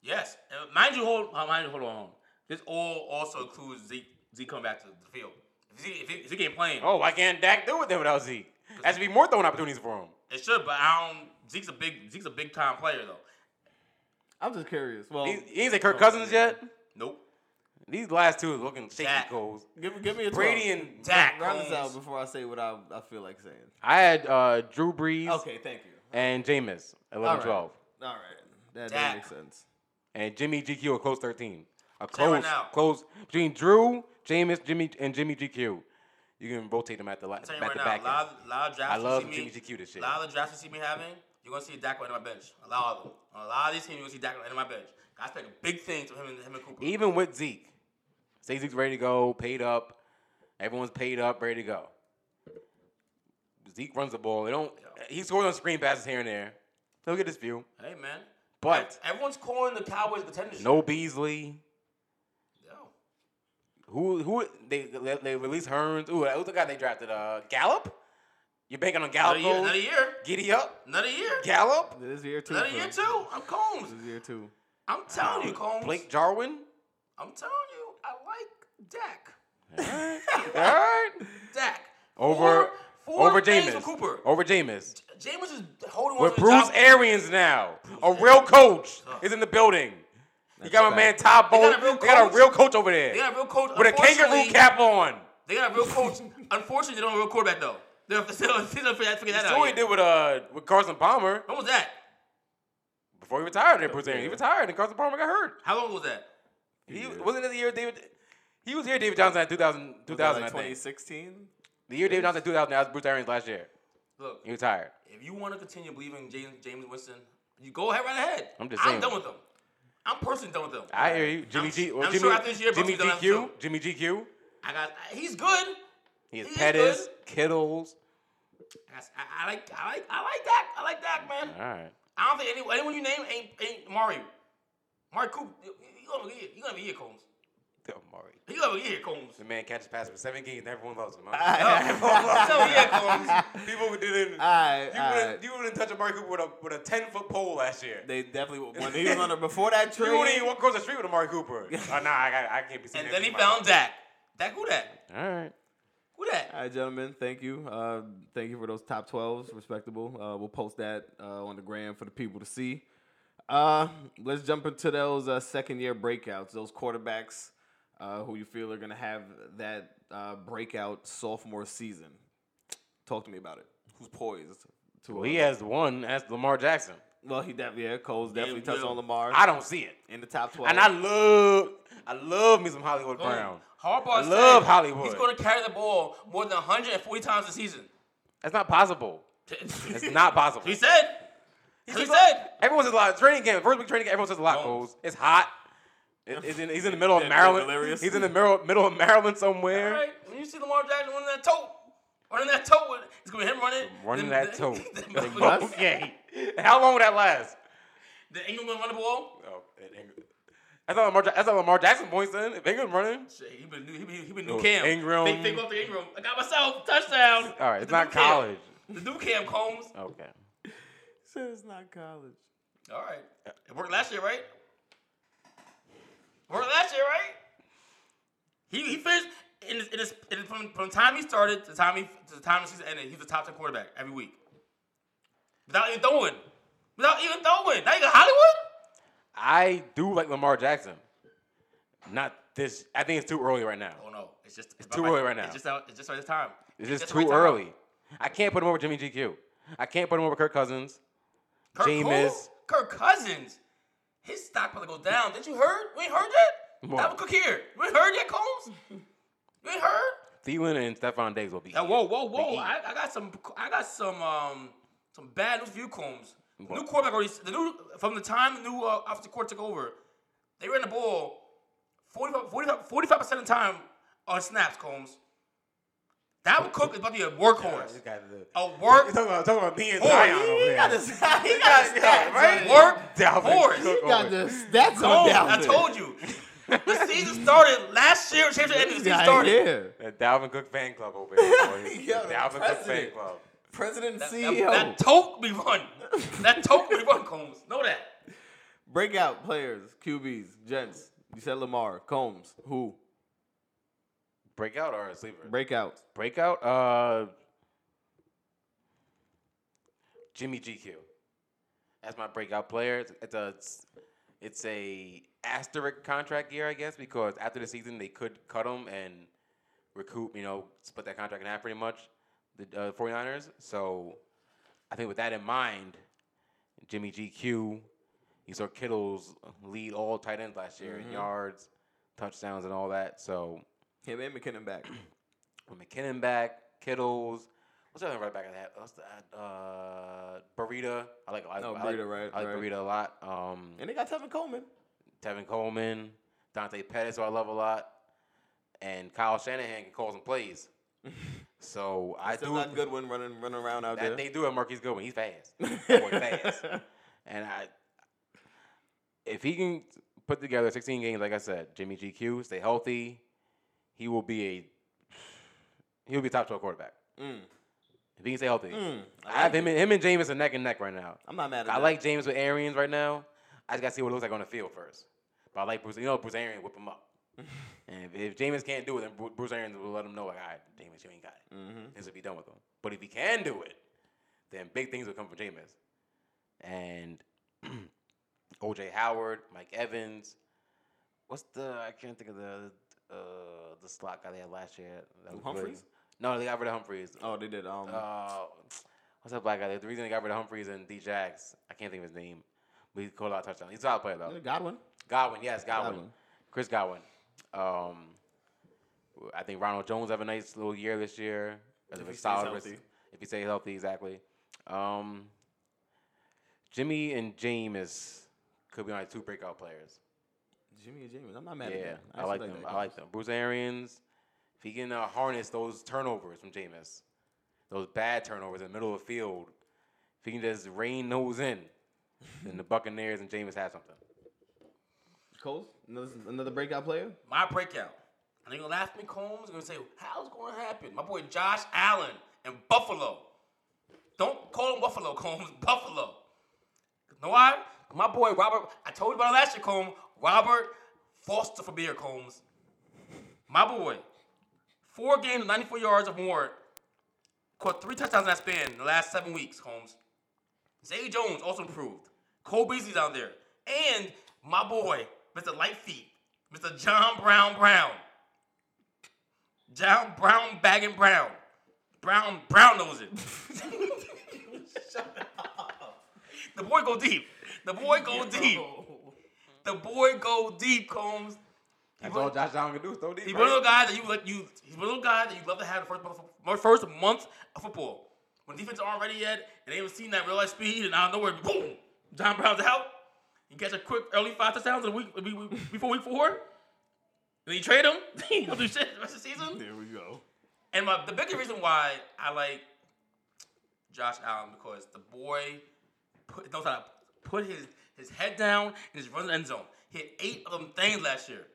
Yes. And mind you, hold. uh, Mind you, hold on. hold on. This all also includes Zeke. Zeke coming back to the field. If Zeke, if he, if Zeke ain't playing, Oh, why can't Dak do it then without Zeke? That should be more throwing opportunities for him. It should, but I don't. Zeke's a big Zeke's a big time player though. I'm just curious. Well, He, he ain't say Kirk Cousins yet. Nope. These last two is looking shaky Dak. goals. give, give me a 12. Brady and Dak. Round this out Combs. before I say what I, I feel like saying. I had uh, Drew Brees Okay, thank you. and Jameis, 11 All right. 12. All right. That Dak. that makes sense. And Jimmy GQ a close 13. A Say it right close, now. close between Drew, Jameis, Jimmy, and Jimmy GQ. You can rotate them at the, li- I'm telling at you the right back now, a lot, end. of- a lot of drafts I love you see me, Jimmy GQ this A shit. lot of the drafts you see me having, you're gonna see Dak on my bench. A lot of them. On a lot of these teams, you're gonna see Dak on my bench. I expect a big thing from him and him and Cooper. Even with Zeke, say Zeke's ready to go, paid up. Everyone's paid up, ready to go. Zeke runs the ball. They don't. He scores on screen passes here and there. He'll get his few. hey man. But- everyone's calling the Cowboys contenders. No Beasley. Yo. Who who they they, they released Hearns? Ooh, who's the guy they drafted? Uh, Gallup. You're banking on Another Gallup. year. goals? Another year. Giddy up. Another year. Gallup. This is year two. Another Phil. year too. I'm Combs. This is year two. I'm telling you, Combs. Blake [laughs] Jarwin. I'm telling you, I like All Dak. right. Dak. Over Four- four over things Jameis. with Cooper. Over Jameis. James is holding on With to Bruce the job. Arians now, a real coach is in the building. You got my man That's Todd They Bowles. got a real They got a coach. real coach over there They got a real coach. with a kangaroo Unfortunately, cap on. They got a real coach. Unfortunately, they don't have a real quarterback though. They're [laughs] still still forget figure that That's out. what he yet. did with uh with Carson Palmer When was that? before he retired. There, Bruce Arians. He retired and Carson Palmer got hurt. How long was that? He wasn't it the year David. He was here David Johnson at 2000, Was that like 2000 I think. 2016? The year David Johnson at 2000, that was Bruce Arians last year. Look, He retired. if you want to continue believing James James Winston, you go ahead right ahead. I'm just saying. I'm done with them. I'm personally done with them. I hear you, Jimmy I'm G. su- well, I'm Jimmy, sure after this year, Jimmy Brooks is gonna have GQ. Jimmy GQ. I got. He's good. He has He is Pettis, good. Kittles. I, I like. I like. I like Dak. I like Dak, man. All right. I don't think anyone, anyone you name ain't ain't Mario. Mario Cooper. He gonna be here. He gonna be here, Combs. Amari. He gonna be here, [laughs] Combs. The man catches passes for seven games and everyone loves him. All He's right. gonna be here, [laughs] Combs. People All didn't. right, you, all wouldn't, right. you wouldn't touch Amari Cooper with a with a ten foot pole last year. [laughs] They definitely when [laughs] he was under before that you wouldn't even trade. walk across the street [laughs] with Amari Cooper. oh, nah, I, got, I can't be seen. And then he found Dak. Dak who that? All right. Who Who that? All right, gentlemen, thank you. Uh, thank you for those top 12s, respectable. Uh, we'll post that uh, on the gram for the people to see. Uh, let's jump into those uh, second year breakouts, those quarterbacks uh, who you feel are going to have that uh, breakout sophomore season. Talk to me about it. Who's poised to. Well, uh, he has one. That's Lamar Jackson. Well, he def- yeah, Cole's definitely touched Will. on Lamar I don't see it. in the top 12. And I love, I love me some Hollywood Brown. Harbaugh. I said love Hollywood. He's going to carry the ball more than 140 times a season. That's not possible. it's [laughs] It's not possible. He said. He said. Everyone says a lot. Training camp, first week training camp, everyone says a lot, Bones. Coles. It's hot. It- it's in- he's in the middle of Yeah, Maryland. delirious. He's in the middle, middle of Maryland All somewhere. right. When you see Lamar Jackson running that toe, running that toe, with- it's going to be him running. Running then- that [laughs] toe. then- okay. How long would that last? Then Ingram going to run the ball. Oh, and Ingram- that's not Lamar. Ja- That's not Lamar Jackson points then. If Ingram's running, Shit, he been new. He been, he been new Oh, Cam. Ingram. They think off the Ingram. I got myself touchdown. all right, it's The new not Cam. college. Oh. The new Cam Combs. Okay. said it's not college. All right. It worked last year, right? Worked last year, right? He he finished in his, in his, in his, from, from the time he started to the time he to the time the season ended. He's a top ten quarterback every week. Without even throwing, without even throwing. Now you got Hollywood. I do like Lamar Jackson. Not this. I think it's too early right now. Oh no, it's just it's Too about- early right now. It's just out. It's just right this time. It's just right too time. early. I can't put him over Jimmy GQ. I can't put him over Kirk Cousins. Kirk Jameis. Who? Kirk Cousins. His stock about to go down. Did you heard? We ain't heard that. What? That was Cook here. We ain't heard yet, Combs. we ain't heard. E. Thielen and Stephon Diggs will be. Now, whoa, whoa, whoa! eat. I, I got some, I got some, um, some bad news for you, Combs. The What? new quarterback already, the new from the time the new uh, offensive court took over, they ran the ball 45 percent of the time on snaps, Combs. Dalvin Cook is about to be a workhorse, a work, talking about, talking about me and Zion He got [laughs] his, he got his got- yeah, stats right? on it. work, Dalvin horse. Cook. He got the stats on Combs, down Oh. I told you, the season started last year. Championship ended. The season started. That Dalvin Cook fan club over here, [laughs] boys. Yo, The Dalvin Cook fan president. club. President E That, CEO. that, that tote be run. That tote be run, Combs. Know that. Breakout players, QBs, gents. You said Lamar, Combs, who? Breakout or a sleeper? Breakout. Breakout. Uh, Jimmy GQ. That's my breakout player. It's, it's a it's, it's a asterisk contract year, I guess, because after the season they could cut him and recoup, you know, split that contract in half pretty much. The uh, 49ers. So I think with that in mind, Jimmy GQ, you saw Kittle's lead all tight ends last year in yards, touchdowns, and all that. So Him and McKinnon [clears throat] back. with McKinnon back, Kittles. What's the other right back I had? What's that? Uh, Burita. I like. I like Oh, I like, Breida, right, I like right. Burita a lot. Um, And they got Tevin Coleman. Tevin Coleman, Dante Pettis, who I love a lot, and Kyle Shanahan can call some [laughs] plays. so I Still do. not Goodwin running running around out that there. they do have Marquise Goodwin. He's fast. [laughs] That boy [laughs] fast. And I, if he can put together 16 games, like I said, Jimmy GQ, stay healthy, he will be a he'll be a top 12 quarterback. Mm. If he can stay healthy, Mm, I I have like him and, him and James are neck and neck right now. I'm not mad at I that. like James with Arians right now. I just gotta see what it looks like on the field first. But I like Bruce. You know, Bruce Arians whip him [laughs] up. and if, if James can't do it, then Bru- Bruce Arians will let him know, like, all right, James, you ain't got it. Mm-hmm. This will be done with him. But if he can do it, then big things will come from Jameis. And [clears throat] OJ Howard, Mike Evans. What's the I can't think of the uh, the slot guy they had last year. that was good. Humphries? No, they got rid of Humphreys. Oh, they did. Um, Uh, what's that black guy? The reason they got rid of Humphreys and D Jax, I can't think of his name, but he caught a lot of touchdowns. He's a solid player though. Godwin. Godwin, yes, Godwin, Godwin. Chris Godwin. Um, I think Ronald Jones have a nice little year this year. If, he a stays solid res- healthy. if he stays healthy, exactly. Um, Jimmy and James could be my two breakout players. Jimmy and James. I'm not mad at Yeah, that. I actually like them. that. I like them. Bruce Arians, if he can uh, harness those turnovers from Jameis, those bad turnovers in the middle of the field, if he can just rein those in, then the Buccaneers and Jameis have something. Coles, another, another breakout player. my breakout. And they're gonna laugh at me, Combs. They're gonna say, How's it gonna happen? My boy Josh Allen in Buffalo. Don't call him Buffalo, [laughs] Combs, Buffalo. You know why? My boy Robert, I told you about it last year, Combs. Robert Foster for beer, Combs. My boy. Four games, 94 yards of Ward. Caught three touchdowns in that span in the last seven weeks, Holmes. Zay Jones also improved. Cole Beasley's out there. And my boy, Mr. Lightfeet, Mr. John Brown Brown. John Brown Bagging Brown. Brown Brown knows it. [laughs] The boy go deep. The boy go deep. The boy go deep, Combs. That's all Josh Allen can do. is Throw deep. He's right? one of those guys that you let you. He's one of those guys that you love to have the first month of, fo- first month of football. When defense aren't ready yet, and they haven't seen that real life speed, and out of nowhere, boom, John Brown's out. You catch a quick early five touchdowns in week, week, week- before week four. Then you trade him. [laughs] he don't do shit the rest of the season. There we go. And my, the bigger reason why I like Josh Allen because the boy put, knows how to put his, his head down and just run the end zone. He had eight of them things last year.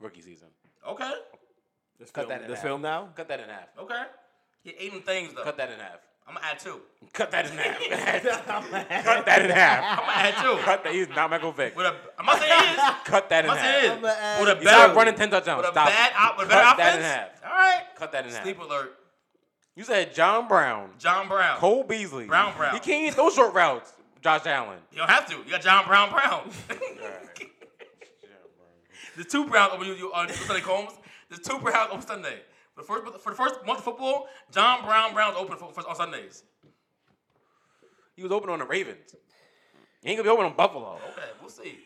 Rookie season. Okay, This Cut film, that in this half. film now. Cut that in half. okay. He had eight of them things though. Cut that in half. I'm gonna [laughs] add two. Cut that in half. [laughs] [laughs] Cut that in half. I'm gonna add two. Cut that. He's not Michael Vick. With a, I'm not saying it is. Cut that in I'm not saying half. it is. I'ma add- With a He's better not running ten touchdowns. With a Stop. bad, op, with a better Cut that in offense. half. All right. Cut that in half. Sleep alert. You said John Brown, John Brown. Cole Beasley, Brown, Brown. He can't hit those short routes. Josh Allen. You don't have to. You got John [laughs] Brown Brown. There's two Browns over you, you on Sunday Combs. There's two Browns on Sunday. For the first for the first month of football, John Brown Brown's open for, for, on Sundays. He was open on the Ravens. He ain't gonna be open on Buffalo. Okay, we'll see. He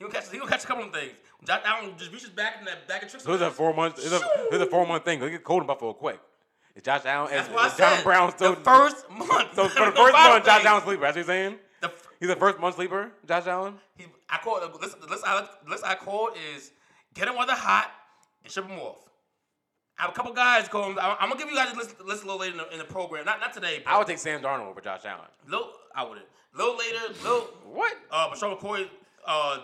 gonna catch he gonna catch a couple of things. John Allen just reaches back in that back of tricks. So it's a four month. It's a, it's a four month thing. Go get cold in Buffalo quick. Is Josh Allen? That's is, why I is John said Brown still the [laughs] first month. So [laughs] for the No first foul month, Josh things. Allen's sleeper. That's what you're saying. The f- He's the first month sleeper, Josh Allen. he, I called. Listen, listen, I, listen. I called is get him while they're hot and ship him off. I have a couple guys going. I'm, I'm gonna give you guys a list, list a little later in the, in the program. Not not today. But I would take Sam Darnold over Josh Allen. Lil, I wouldn't. Lil later, Lil, What? uh, Michelle McCoy, uh,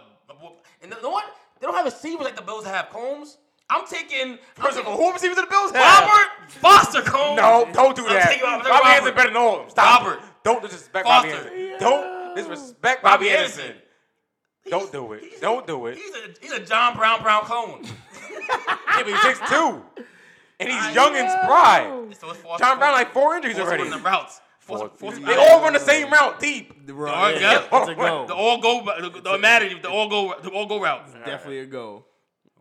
and you know what? They don't have receivers like the Bills have. Combs. I'm taking. First I'm of all, taking who receivers the Bills have? Robert Foster Combs. No, don't do I'm that. taking Robert- Bobby Robert. Anderson better than all of them. Stop. Robert. Don't disrespect Bobby Foster. Anderson. Don't disrespect Bobby Bobby Anderson. Anderson. Don't do it. Don't do it. He's a he's a John Brown Brown clone. Yeah, but he's six two, and I he's young in his pride. so it's Foster John Brown Combs. like four injuries Force already. them running routes. Force, Four- force, They all run the same route deep. Alright, yeah, yeah. It's a [laughs] go. The all go. The, the matter. The all go. The all go route. Definitely a go.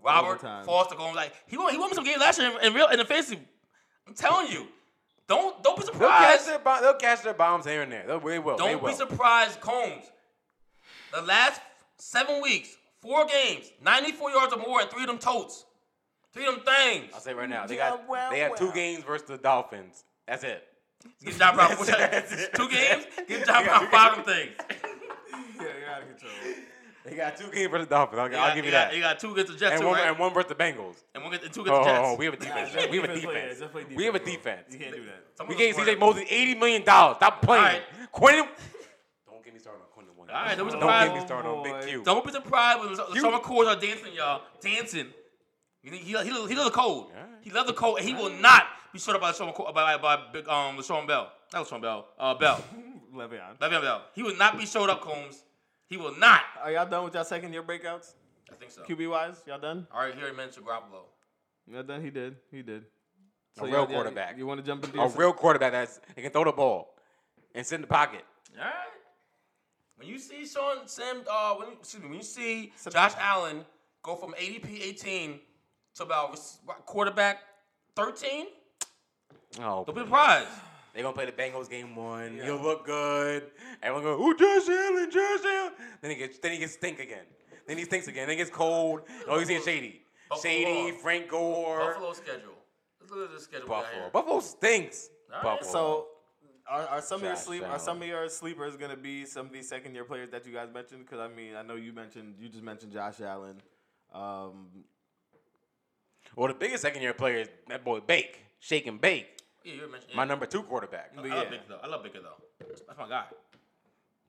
Robert Overtime. Foster going like he won. He won me some games last year in, in real in offensive. I'm telling you, don't don't be They'll catch surprised. their bombs. They'll catch their bombs here and there. They'll, they will. they Don't will. be surprised, Combs. The last seven weeks, four games, 94 yards or more, and three of them totes, three of them things. I'll say right now, they Yeah, got well, they have two well. games versus the Dolphins. That's it. Give John Brown [laughs] four, That's it. two games. Give John Brown five of them things. [laughs] Yeah, you're out of control. They got two games versus the Dolphins. I'll, You I'll got- give you got- that. You got two against the Jets, and too, one right? and one versus the Bengals. And one against, two against Oh, the Jets. we have a defense. we have a defense. we have a defense. You can't do that. Someone We gave was CJ worried. Moses eighty million dollars. Stop playing. Alright. [laughs] Quentin. Don't get me started on Quentin. All Alright, there was a Don't five- get me started on Oh, Big Q. Don't be surprised when some- You- some McCoys are dancing, y'all. Dancing. You think he he, he loves the cold. Alright. He loves the cold, and he will not be shut up by Sean McCoy, by, by, by big um Sean Bell. Not Sean Bell. Uh, Bell. [laughs] Le'Veon. Le'Veon Bell. He will not be showed up, Combs. He will not. Are y'all done with y'all second year breakouts? I think so. QB wise, y'all done? All right, here he mentioned Garoppolo. Y'all done? He did. He did. A y'all- real y'all- quarterback. You want to jump into A your- real quarterback that's that can throw the ball and sit in the pocket. All right. When you see Sean Sam, uh, when, excuse me, when you see Josh Allen go from ADP 18 to about rec- quarterback 13, Oh, don't be surprised. They're gonna play the Bengals game one. He'll look good. Everyone go, ooh, Josh Allen, Josh Allen. Then he gets then he gets stink again. Then he stinks again. Then he gets cold. Oh, you see Shady. Buffalo. Shady, Frank Gore. Buffalo. Buffalo schedule. Let's look at the schedule. we got Buffalo, here. stinks. All right, Buffalo. So, are, are some of your Josh sleep are Allen. some of your sleepers gonna be some of these second year players that you guys mentioned? Because I mean, I know you mentioned you just mentioned Josh Allen. Um, well, the biggest second year player is that boy Bake. Shake and Bake. Yeah, you mentioned. My yeah. number two quarterback. I but love yeah. Baker though. I love Baker though. That's my guy.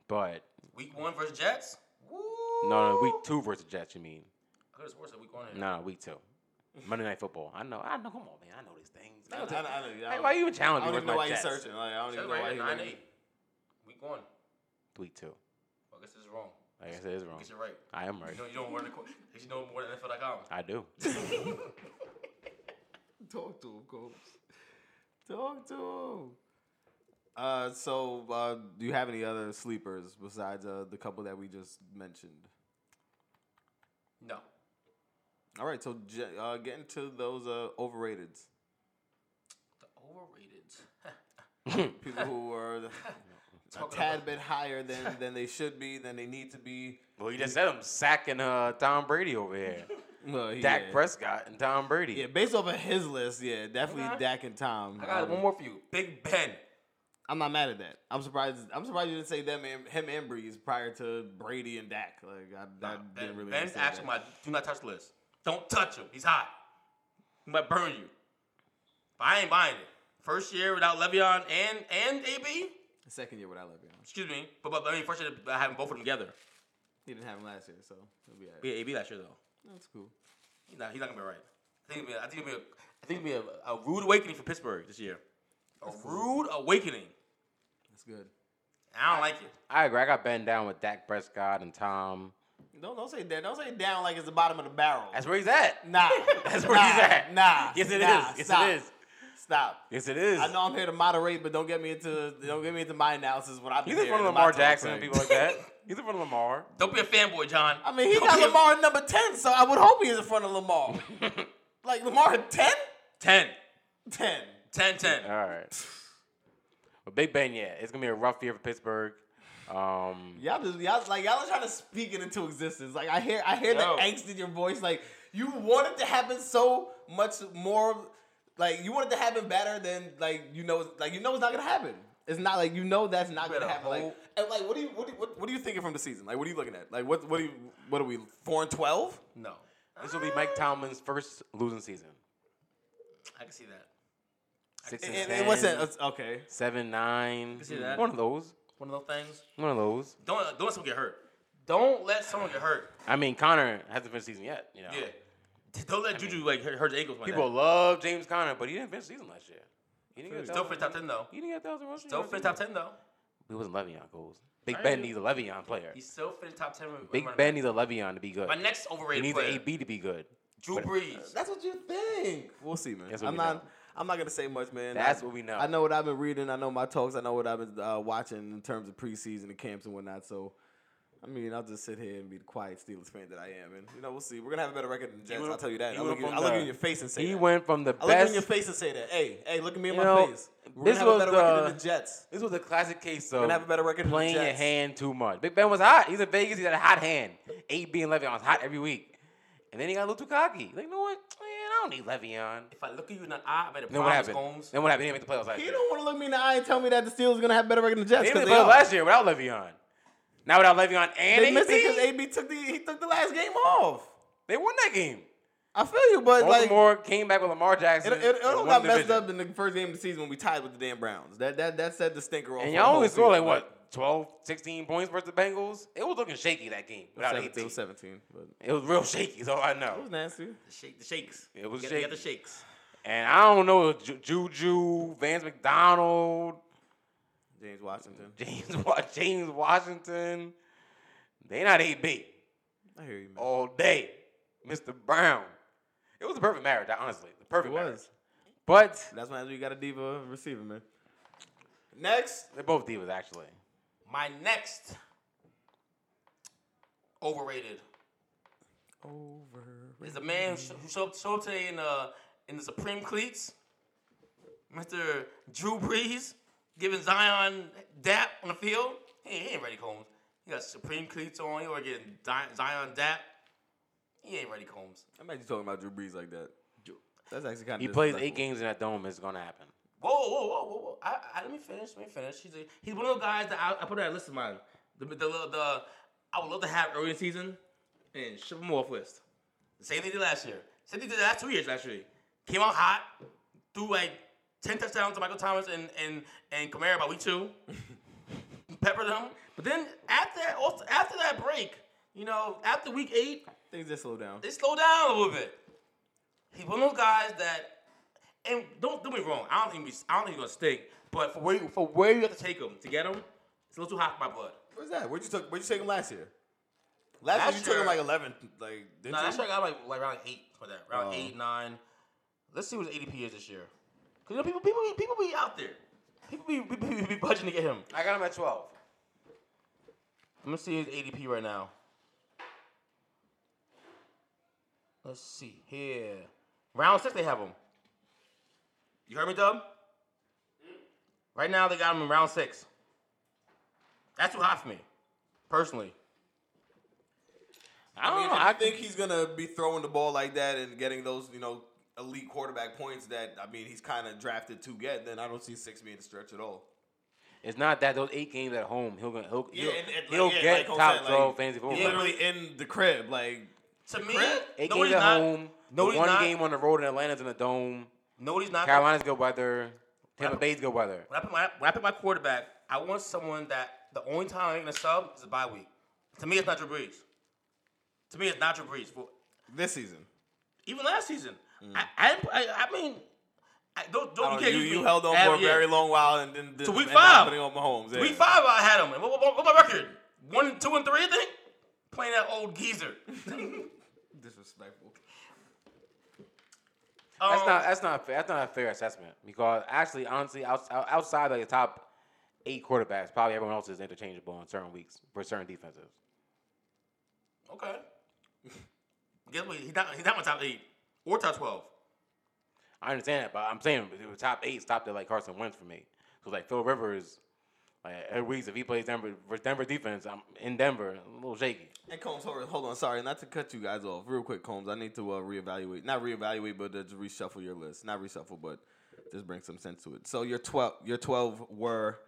But Week one versus Jets. Woo! no, no, week two versus Jets, you mean. I could have sworn it said week one. No, no, week two. Monday night football. I know, I know, come on, man. I know these things. I, don't- I, don't- I don't- I Hey, don't- why you even I challenging don't me even with know my why he's Jets? searching. Like, I don't Jets even know why right he here, nine did it. eight. Week one. Week two. I guess it's wrong. Like I said, it's wrong. Guess you're right. I am right. [laughs] You know you don't wear the. co- You know more than NFL.com. I do. Talk to him, Combs. Talk to him. Uh, so, uh, do you have any other sleepers besides uh, the couple that we just mentioned? No. All right, so j- uh, getting to those uh, overrateds, The overrated. [laughs] people [laughs] who are a tad bit higher than, than they should be, than they need to be. Well, you just said I'm sacking uh, Tom Brady over here. No, he- Dak [laughs] yeah. Prescott and Tom Brady. Yeah, based off of his list, yeah, definitely Okay. Dak and Tom. I got Um, one more for you. Big Ben. I'm not mad at that. I'm surprised. I'm surprised you didn't say them and him and Breeze prior to Brady and Dak. Like I, I Ben, didn't really. Ben's understand actually that. my do not touch list. Don't touch him. He's hot. He might burn you. But I ain't buying it. First year without Le'Veon and and AB. second year without Le'Veon. Excuse me. But, but I mean, first year I having both of them together. He didn't have him last year, so it'll be alright. Be AB last year though. That's cool. He's not, he's not gonna be right. I think it'll be. I think it'll be. A, I think it'll be a, a rude awakening for Pittsburgh this year. A rude awakening. That's good. I don't like it. I agree. I got bent down with Dak Prescott and Tom. Don't don't say that. Don't say down like it's the bottom of the barrel. That's where he's at. nah. [laughs] That's where nah, he's at. Nah. Yes, it is. nah, Yes, stop. it is. Stop. Yes, it is. I know I'm here to moderate, but don't get me into don't get me into my analysis when I'm He's in front of Lamar Jackson and people like that. [laughs] He's in front of Lamar. Don't be a fanboy, John. I mean, he Don't got be a- Lamar at number ten, so I would hope he is in front of Lamar. like Lamar at 10? 10. 10. 10 10. Uh, All right. But Big Ben, yeah, it's gonna be a rough year for Pittsburgh. Um, Y'all just y'all like y'all are trying to speak it into existence. Like I hear I hear Yo. the angst in your voice. Like you want it to happen so much more. Like you want it to happen better than like you know like you know it's not gonna happen. It's not like you know that's not gonna Better happen. Like hope. and like what do you what do you, what, what are you thinking from the season? Like what are you looking at? Like what what do you what are we four and twelve? No. this will be Mike Tomlin's first losing season. I can see that. Six and, And, ten, and what's that? It's- Okay, Seven nine. see that. One of those. One of those things. One of those. Don't, don't let someone get hurt. Don't let someone get hurt. I mean, Connor hasn't finished the season yet. You know. Yeah. Don't let Juju like hurt, hurt the ankles. People love James Connor, but he didn't finish the season last year. He didn't get a still thousand. fit top ten though. He didn't get a thousand rushing. Still yards fit either. top ten though. He wasn't Le'Veon goals. Big Alright. Ben needs a Le'Veon player. He's still fit top ten. with- with Big running Ben back. needs a Le'Veon to be good. My next He overrated needs an player. AB to be good. Drew But- Brees. that's what you think. We'll see, man. That's what I'm we not. know. I'm not gonna say much, man. That's I- what we know. I know what I've been reading. I know my talks. I know what I've been uh, watching in terms of preseason and camps and whatnot. So, I mean, I'll just sit here and be the quiet Steelers fan that I am, and you know, we'll see. We're gonna have a better record than the Jets. went- I'll tell you that. he I'll went look, you, from I'll look the- you in your face and say He that. went from the I'll look you in best. your face and say that. Hey, hey, look at me in You my know, face. We're gonna this have a was better record the- than the Jets. This was a classic case of gonna have a better record than the playing your Jets. hand too much. Big Ben was hot. He's in Vegas. He had a hot hand. AB and Le'Veon was hot every week. And then he got a little too cocky. Like, you know what? Man, I don't need Le'Veon. If I look at you in the eye, I better Then what promise happened? Gomes. Then what happened? He didn't make the playoffs last He year. don't want to look me in the eye and tell me that the Steelers are gonna have better record than the They Jets. 'cause didn't make They, the playoffs are. last year without Le'Veon. Now without Le'Veon and they missed it because AB, AB took the he took the last game off. they won that game. I feel you, but like Baltimore came back with Lamar It, Jackson. it, it and all won got the messed division. up in the first game of the season when we tied with the damn Browns. That that that set the stinker off. for And the y'all only whole scored like season. what 12, 16 points versus the Bengals. It was looking shaky that game It was without 17, it AB. was seventeen, but it It was real [laughs] shaky. So I know. was nasty. The, shake, the shakes. It was you got, you got the shaky. shakes. And I don't know if Ju- Juju, Vance McDonald, [laughs] James Washington, James Wa- James Washington. They not AB I hear you, man. all day. Mr. Brown. It was a perfect marriage, honestly. The it perfect marriage. was. But That's why you got a diva receiver, man. Next, they're both divas, actually. My next overrated over. is a man who sh- who showed up, showed up today in uh in the Supreme cleats, Mr. Drew Brees, giving Zion dap on the field. He ain't, he ain't ready, Combs. He got Supreme cleats on. He already getting Di- Zion dap. He ain't ready, Combs. I'm actually talking about Drew Brees like that. Drew- That's actually kind of. He plays eight games in that dome, it's gonna happen. Whoa, whoa, whoa, whoa, whoa! I, I let me finish. Let me finish. He's a, he's one of those guys that I, I put on that list of mine. The the, the the I would love to have early in the season and ship him off list. The same thing they did last year. Same thing they did last two years actually. Came out hot, threw like ten touchdowns to Michael Thomas and and and Kamara by [laughs] week two. Peppered them, but then after that, also after that break, you know, after week eight, Things just slow down. they slow down a little bit. He's one of those guys that, and don't do me wrong. I don't think he's, I don't think he's gonna stink. But for where you- for where you have to take him to get him, it's a little too hot for my blood. Where's that? Where'd you took? Where'd you take him last year? Last, year Last you took him year- like 11. Like didn't Nah, you? that's why I got like like around eight for that, around Oh. eight nine. Let's see what his ADP is this year. Cause you know people people people be out there. People be [laughs] be, be, be budging to get him. I got him at 12. I'm gonna see his ADP right now. Let's see here. Round six, they have him. You heard me, Dub? Right now, they got him in round six. That's too high for me, personally. I I don't mean, know. Oh, I I think he's gonna be throwing the ball like that and getting those, you know, elite quarterback points that I mean he's kind of drafted to get. Then I don't see six being a stretch at all. It's not that those eight games at home. He'll gonna- he'll he'll, and- and, he'll like, yeah, get like Cole top said, like, twelve fantasy football. He's literally in the crib, like to me, eight no, he's games at not. home. No, the he's one not. game on the road in Atlanta's in the dome. No, he's not. Carolina's good weather. Tampa I- Bay's good weather. When I pick my when I pick my quarterback, I want someone that the only time I'm gonna sub is a bye week. To me, it's not Drew Brees. To me, it's not Drew Brees. Well, this season. even last season, I, I didn't- I I mean, I, don't I don't don't- you, can't you, use you me. held on Ab- for a yeah. very long while and then To week and not five. putting on Mahomes. Yeah. Week five, I had him. And what, what, what my record? One, and two, and three. I think playing that old [laughs] geezer. disrespectful. That's Um, not that's not fair. that's not a fair assessment because actually, honestly, outs- out, outside like the top eight quarterbacks, probably everyone else is interchangeable on certain weeks for certain defenses. [laughs] okay. Guess what? He's not. He's not my top eight or top twelve. I understand that, but I'm saying the top eight stopped at like Carson Wentz for me. So like Phil Rivers, like every week if he plays Denver versus Denver defense, I'm in Denver a little shaky. And Combs, hold on, hold on, sorry, not to cut you guys off. Real quick, Combs, I need to uh, reevaluate, not reevaluate, but uh, just reshuffle your list. Not reshuffle, but just bring some sense to it. So your twelve, your twelve were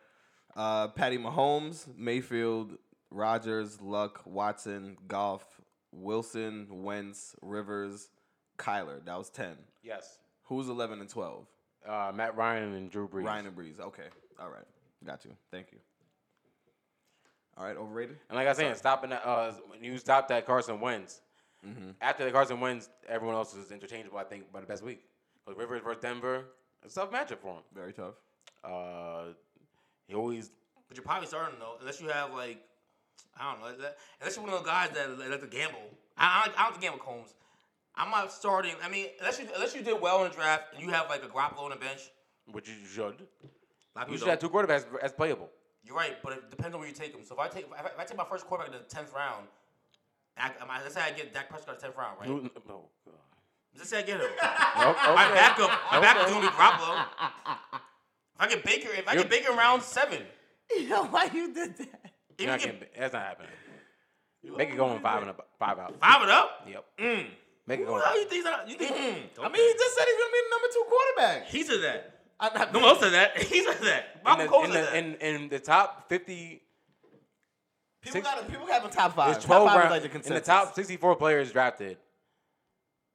uh, Patty Mahomes, Mayfield, Rogers, Luck, Watson, Goff, Wilson, Wentz, Rivers, Kyler. That was ten. Yes. Who's eleven and twelve? Uh, Matt Ryan and Drew Brees. Ryan and Breeze. Okay, all right, got you. Thank you. All right, overrated. And like I was saying, stopping that, uh, when you stopped that Carson Wentz. After the Carson Wentz, everyone else is interchangeable. I think by the best week. Because Rivers versus Denver, it's a tough matchup for him. Very tough. Uh, he always But you're probably starting though, unless you have like, I don't know, like- unless you're one of those guys that like to gamble. I, I, I don't gamble Combs. I'm not starting. I mean, unless you unless you did well in the draft and you have like a Garoppolo on the bench. which you should. A lot of You people should have don't. two quarterbacks as playable. You're right, but it depends on where you take him. So if I take if I, if I take my first quarterback in the tenth round, I, I, let's say I get Dak Prescott in the tenth round, right? You- no. Let's say [laughs] I get him. oh, Nope, My okay. backup, my backup's Okay. gonna be Garoppolo. If I get Baker, if I You're- get Baker in round seven, Yo, [laughs] why you did that? if You're you not get getting, that's not happening. Make it go in five and a, five out. five it up, Yep. Make it go. who in the hell five. you think? That, you think Mm-hmm. I mean, he just said he's gonna be the number two quarterback. He said that. I'm not, No one else said that. [laughs] He said that. In Malcolm the, Cole in, said the, that. in, in the top fifty, people six- got people have a top five. There's 12 top five is like round, the in the consensus. top 64 players drafted.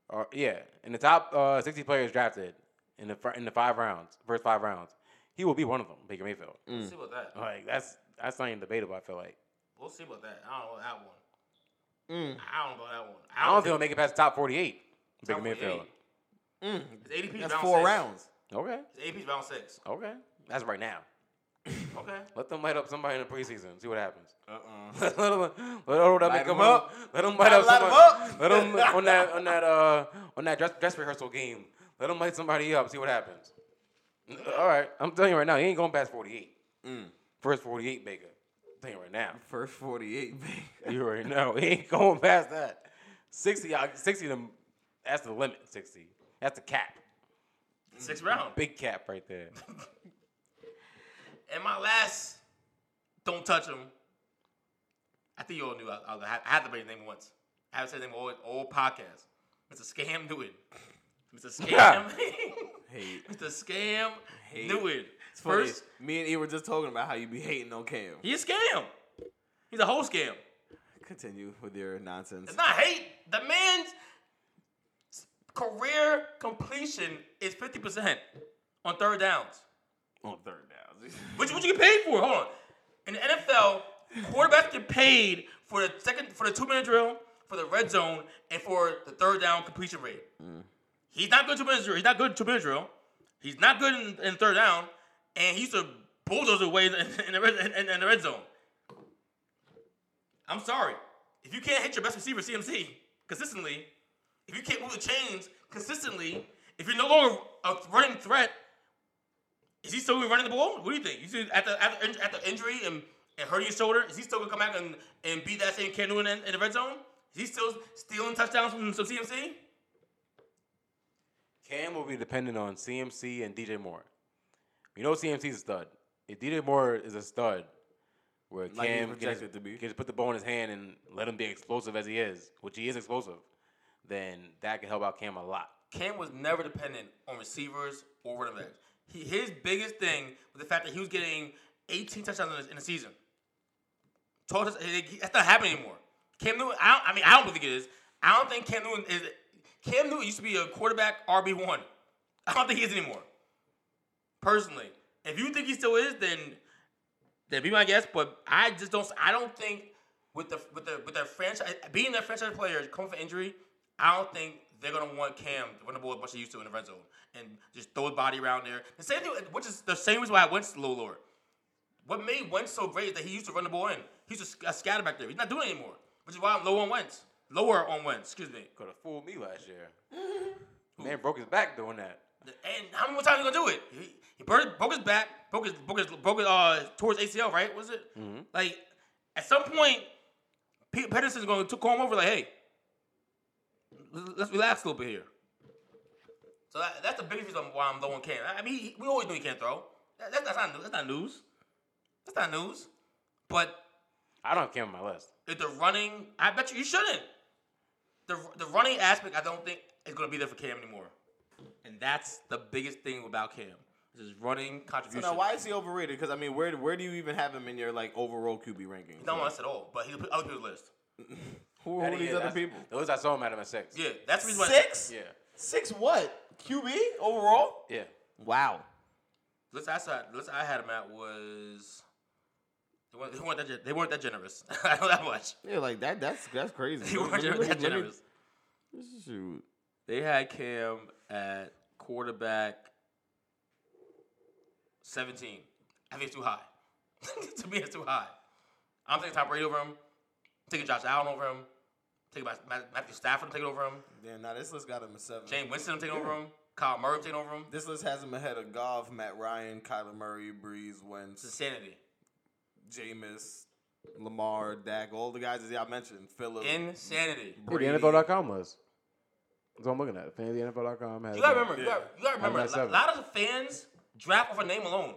Or yeah, in the top uh, 60 players drafted in the fir- in the five rounds, first five rounds, he will be one of them. Baker Mayfield. We'll see about that. Like that's that's not even debatable. I feel like We'll see about that. I don't know about that one. I don't know about that one. Mm. I don't think he'll make it past the top 48. Baker Top Mayfield. 48. His ADP's That's round four six. rounds. Okay, His ADP's round six. okay, that's right now. Okay. Let them light up somebody in the preseason. See what happens. Uh-uh. let them let them Light come 'em up. Let them light up. Light 'em somebody- up. Let them on that on that uh on that dress, dress rehearsal game. Let them light somebody up. See what happens. All right, I'm telling you right now, he ain't going past 48. Mm. First 48 Baker. I'm telling you right now. First forty-eight, [laughs] man. You already know he ain't going past that. 60, I- 60 them. That's the limit. 60. That's the cap. Sixth round. Big cap right there. And my last, don't touch him. I think you all knew. I, I, I had to bring his name once. I have said his name all, all podcast. Mr. Scam Newton. [laughs] Mr. Scam. [laughs] Hate. Mr. Scam Hate. Newton. It's funny. First, me and E were just talking about how you be hating on Cam. he's a scam. He's a whole scam. Continue with your nonsense. It's not hate. The man's career completion is 50% on third downs. [laughs] on third downs. [laughs] Which what you get paid for? Hold on. In the NFL, quarterbacks get paid for the second for the two minute drill, for the red zone, and for the third down completion rate. He's not good two minute drill. He's not good two minute drill. He's not good in, in third down, and he used to bulldoze away in, in the red in, in the red zone. I'm sorry. If you can't hit your best receiver CMC consistently, if you can't move the chains consistently, If you're no longer a running threat, is he still gonna be running the ball? What do you think? You see, after after, inj- after injury and, and hurting his shoulder, is he still gonna come back and, and beat that same Cam Newton in, in the red zone? Is he still stealing touchdowns from some CMC? Cam will be dependent on CMC and DJ Moore. You know CMC's a stud. If DJ Moore is a stud, where Like he's Cam can just, projected to be. can just put the ball in his hand and let him be explosive as he is, which he is explosive, then that can help out Cam a lot. Cam was never dependent on receivers or running backs. He, his biggest thing was the fact that he was getting 18 touchdowns in a- in a season. Told us eh, eh, that's not happening anymore. Cam Newton, I, don't, I mean, I don't think it is. I don't think Cam Newton is. Cam Newton used to be a quarterback RB one. I don't think he is anymore. Personally, if you think he still is, then then be my guest. But I just don't. I don't think with the with the with their franchise being their franchise players coming for injury, I don't think they're gonna want Cam to run the ball as much as he used to in the red zone and just throw his body around there. The same thing, which is the same reason why I went slow lower. What made Wentz so great is that he used to run the ball in. He's just a scatter back there. He's not doing it anymore, which is why I'm low on Wentz. Lower on Wentz, excuse me. Could have fooled me last year. [laughs] Man broke his back doing that. And how many more times are you gonna do it? He, he broke, broke his back, broke his broke his broke his uh towards ACL, right? Was it? Like at some point, Pete Pedersen's gonna to call him over like, hey, l- let's relax a little bit here. So that, that's the biggest reason why I'm low on Cam. I I mean, he- we always knew he can't throw. That, that's, that's not new- that's not news. That's not news. But I don't have Cam on my list. if the running, I bet you you shouldn't. The the running aspect, I don't think is going to be there for Cam anymore, and that's the biggest thing about Cam is his running So contribution. now, why is he overrated? Because I mean, where where do you even have him in your like overall QB rankings? Not on Like, us at all, but he's on other people's list. who who are these other people? Those I saw him at him at six. Yeah, that's the reason why. Six, Yeah. six what? QB overall? Yeah. Wow. The list I saw, the list I had him at was they weren't, they weren't that gen- they weren't that generous. [laughs] I know that much. Yeah, like that. That's that's crazy. [laughs] They Let me- weren't let me- that let me- generous. Shoot. They had Cam at quarterback 17. I think it's too high. [laughs] to me, it's too high. I'm taking Tom Brady over him. I'm taking Josh Allen over him. Taking Ma- Ma- Matthew Stafford. I'm taking over him. Damn. Now this list got him a seven. James Winston. I'm taking over him. Kyle Murray. I'm taking over him. This This list has him ahead of Goff, Matt Ryan, Kyler Murray, Breeze, Wentz, is insanity. Jameis, Lamar, Dak, all the guys that y'all mentioned. Philip. Insanity. The NFL.com list. That's what I'm looking at. Fantasy NFL.com has. You gotta remember. You, Yeah. gotta, you gotta remember. at A seven. lot of the fans draft off a name alone.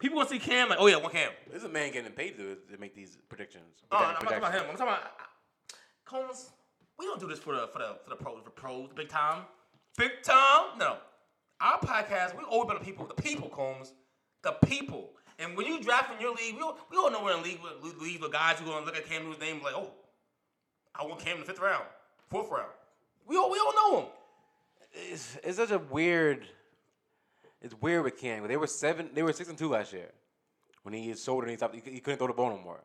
People gonna see Cam like, oh yeah, one Cam. This is a man getting paid to, to make these predictions. Oh, I'm not talking about him. I'm talking about I- Combs. We don't do this for the for the for the pros, for pros, big time, big time. No, our podcast we always been the people, the people, Combs, the people. And when you draft in your league, we all, we all know we're in a league with league with guys who gonna look at Cam Newton's name like, oh, I want Cam in the fifth round, fourth round. We all we all know him. it's, it's such a weird. It's weird with Cam. They were seven. They were six and two last year, when he his shoulder and he stopped. He, cou- he couldn't throw the ball no more,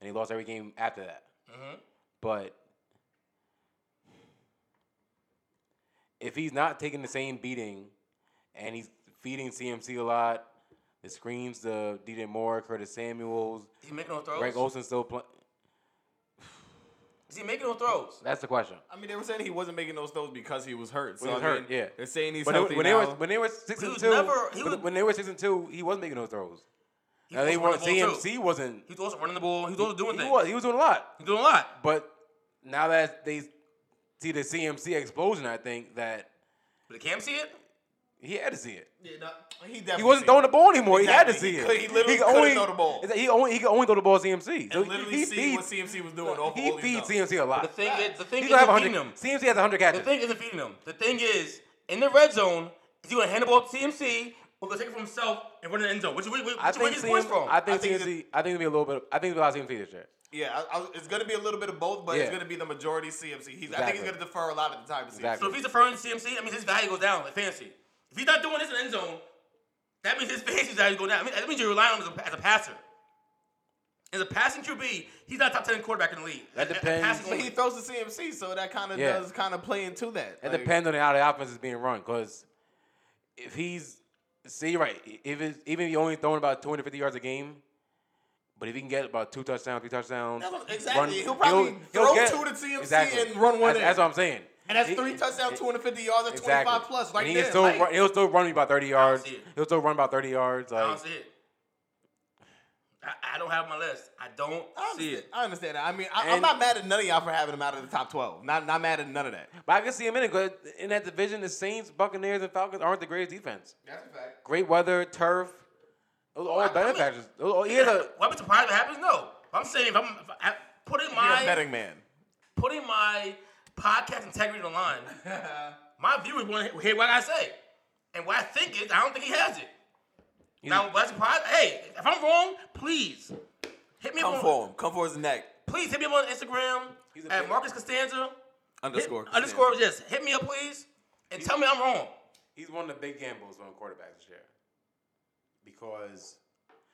and he lost every game after that. Mm-hmm. But if he's not taking the same beating, and he's feeding CMC a lot, the screens to DJ Moore, Curtis Samuel's, Is he making those throws? Greg Olson still playing. Is he making those throws? That's the question. I mean, they were saying he wasn't making those throws because he was hurt. So When he was I mean, hurt, yeah. They're saying he's When they, healthy when, they now. were, when they were six He and was two, never- he when- was- when they were six and two, he was making those throws. Now they also weren't. running the ball, too. CMC wasn't. He's also running the ball. He's also doing He things. was. He was doing a lot. He's doing a lot. But now that they see the CMC explosion, I think that But Cam see it? he had to see it. Yeah, no, he definitely He wasn't throwing the ball anymore. Exactly. He He had to see could- it. he literally could couldn't throw the ball. Is that He only he could only throw the ball to CMC. So And literally he seeing what feeds- CMC was doing. off he all these feeds downs. CMC a lot. The thing is, the thing He's is, gonna have he's beating him. 100. CMC has 100 The catches. thing isn't feeding him. The thing is, in the red zone, is he gonna hand the ball to CMC or gonna take it for himself and run in the end zone? Which, which, which, I which where think he gets points CMC. from? I think I think CMC. I think it'll be a little bit. I think it'll be a lot of CMC this year. Yeah, I, I, was- it's going to be a little bit of both, but it's Yeah. going to be the majority CMC. He's, I think he's Exactly. going to defer a lot of the time to CMC. Exactly. so if he's deferring to CMC, I mean his value goes down like fantasy. If he's not doing this in the end zone, that means his [laughs] fantasy value goes down. I mean, that means you're relying on him as a, as a passer. As a passing QB, he's not top ten quarterback in the league. That At- at depends. passing But only. he throws to CMC, so that kind of Yeah. does kind of play into that. It Like, depends on how the offense is being run. Because if he's see you're right, i- if it's, even if you're only throwing about 250 yards a game, but if he can get about two touchdowns, three touchdowns, That's what- exactly. He'll probably throw two to CMC and run one That's, in. that's what I'm saying. And that's He- three touchdowns, 250 yards, that's Exactly. 25 plus. Like, and damn, he'll still, like- run, he'll still run me about thirty yards. see it. He'll still run about thirty yards. I Like, don't see it. I, I don't have my list. I don't I see understand, it. I understand that. I mean, I, I'm And- not mad at none of y'all for having him out of the top 12. Not not mad at none of that. but I can see him in it. 'cause in that division, the Saints, Buccaneers, and Falcons aren't the greatest defense. That's a fact. Great weather, turf. Those are all I- I mean- benefactors. Those are all- he [laughs] had a Well, I'm surprised if it happens. No, I'm saying if I'm if I, putting You're a my betting man. putting my podcast integrity on the line, my viewers want to hear what I say, and what I think is I don't think he has it. he's- Now, that's surprised. Hey, if I'm wrong, please hit me up Come on. for him. Come for his neck. Please hit me up on Instagram He's a at big- Marcus Costanza. Hit- Underscore. Underscore. Yes, hit me up, please, and tell me I'm wrong. he's one of the big gambles on quarterbacks this year. Because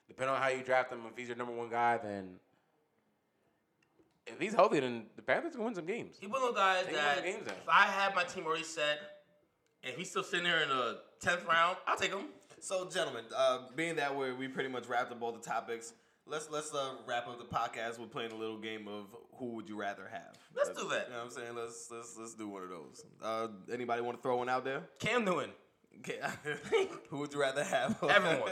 depending on how you draft him, if he's your number one guy, then if he's healthy, then the Panthers can win some games. He one of those guys They won that the games, though. if I had my team already set, and he's still sitting there in the tenth round, I'll take him. So, gentlemen, uh, being that way, we pretty much wrapped up all the topics. Let's let's uh, wrap up the podcast with playing a little game of who would you rather have. Uh, Let's do that. You know what I'm saying? Let's let's let's do one of those. Uh, anybody want to throw one out there? Cam Newton. Okay. [laughs] who would you rather have? [laughs] Everyone.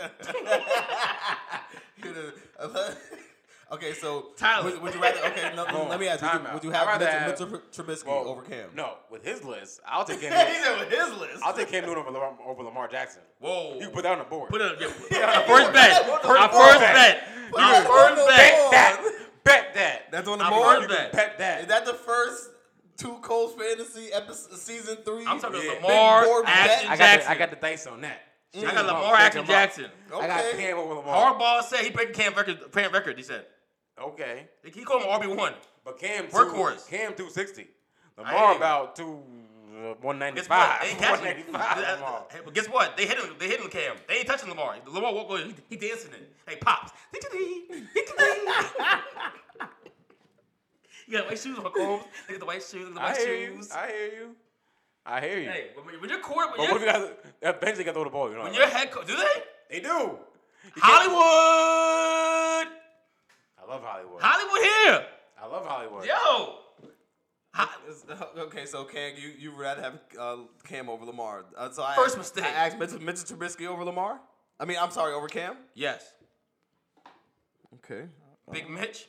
You know, [laughs] okay, so Tyler. would, would you rather? Okay, no, Hold let on, me ask. Would time you, out. would you I'd have rather Mitchell, Mitchell Trubisky Well, over Cam? [laughs] No, with his list, I'll take Cam. He's Newton. on his list. I'll take Cam Newton over Lamar, over Lamar Jackson. Whoa. You can put that on the board. Put it on, [laughs] yeah, put it on Yeah, our first put bet. that on the Our board. first bet. Put Our that on the first board. bet. bet that. Bet that. That's on the I'm board. on that. Bet that. Is that the first two Colts fantasy episode, season three? I'm talking Yeah. Big Lamar board Action bet. I got, the, Jackson. I got the dice on that. Mm. I got Lamar Action Jackson. I got Okay. Cam over Lamar. Hardball said he breaking Cam record. Cam record. He said Okay, he called him RB one. but Cam two, Workhorse. Cam two sixty. hear Lamar you. about two uh, one ninety Guess what? five. [laughs] They ain't One catching. ninety five. Lamar. Hey, But guess what? They hit him. They hit him, Cam. They ain't touching Lamar. Lamar walk on. He, he dancing it. Hey, pops. [laughs] [laughs] you got white shoes on, Combs. Look at the white shoes. Look I at the hear white you. shoes. I hear you. I hear you. Hey, when when you're court, but when what if you're, you got eventually got to throw the ball? You know when that, you're right? head coach, do they? They do. You can't- Hollywood! I love Hollywood. Hollywood I love Hollywood. here! Yo! Ho- Is- [laughs] Okay, so Cam, you you would rather have uh, Cam over Lamar? Uh, so I asked, First mistake. I asked Mitchell, Mitchell Trubisky over Lamar. I mean, I'm sorry, over Cam. yes. Okay. Oh. Big Mitch.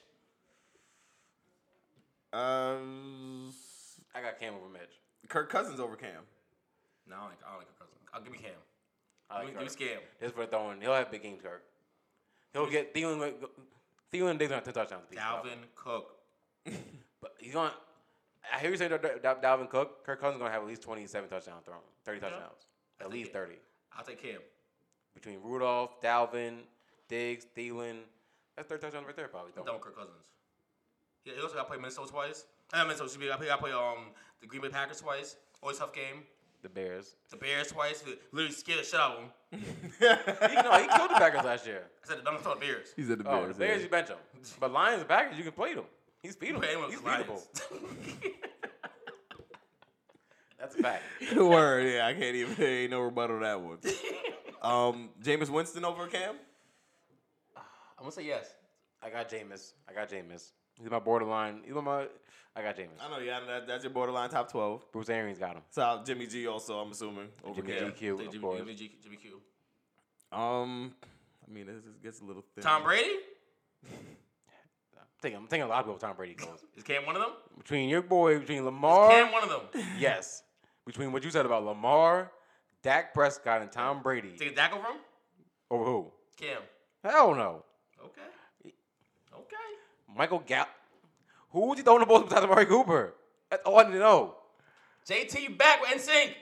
Um, I got Cam over Mitch. Kirk Cousins over Cam. No, I don't like, I don't like Kirk Cousins. I'll give me Cam. I Give like me- Kirk. give me Cam. Just for throwing, he'll have big games, Kirk. He'll get Thielen. with- Thielen Diggs on two touchdowns. apiece, probably. Dalvin Cook. But he's going. I hear you saying that Dal- Dalvin Cook. Kirk Cousins gonna have at least twenty-seven touchdowns thrown, thirty touchdowns, at least thirty I'll take Cam. between Rudolph, Dalvin, Diggs, Thielen. That's thirty touchdowns right there, probably. I'm done Though. with Kirk Cousins. He, he also got to play Minnesota twice. I mean, Minnesota. excuse me, I play, I play um, the Green Bay Packers twice. Always tough game. The Bears. The Bears twice. We Literally scared the shit out of them. I He, no, he killed the Packers last year. said, I'm not talking Bears. He's at the Oh, the Bears. Bears, you bench him. But Lions and Packers, you can play them. He's You beatable. play anyone He's with beatable. Lions. [laughs] That's a fact. yeah. [laughs] Word, yeah, I can't even. There ain't no rebuttal to that [laughs] one. um, Jameis Winston over Cam. I'm going to say yes. I got Jameis. I got Jameis. Uh, He's my borderline. He's on my. I got Jameis. I know, yeah, that, that's your borderline top twelve. Bruce Arians got him. So Jimmy G also, I'm assuming over Jimmy Cam. G. GQ, Take of Jimmy, course. Jimmy G- Jimmy Q. Um, I mean, this is- gets a little thin. Tom Brady? I'm thinking, I'm thinking a lot of people. Tom Brady goes Is Cam one of them? [laughs] between your boy, between Is Lamar. Cam one of them? Yes. Between what you said about Lamar, Dak Prescott, and Tom Brady. Take a Dak over him? Over who? Cam. Hell no. Okay. Okay. Michael Gallup. Who would you throw in the ball besides Amari Cooper? That's all I need to know. JT back with NSYNC.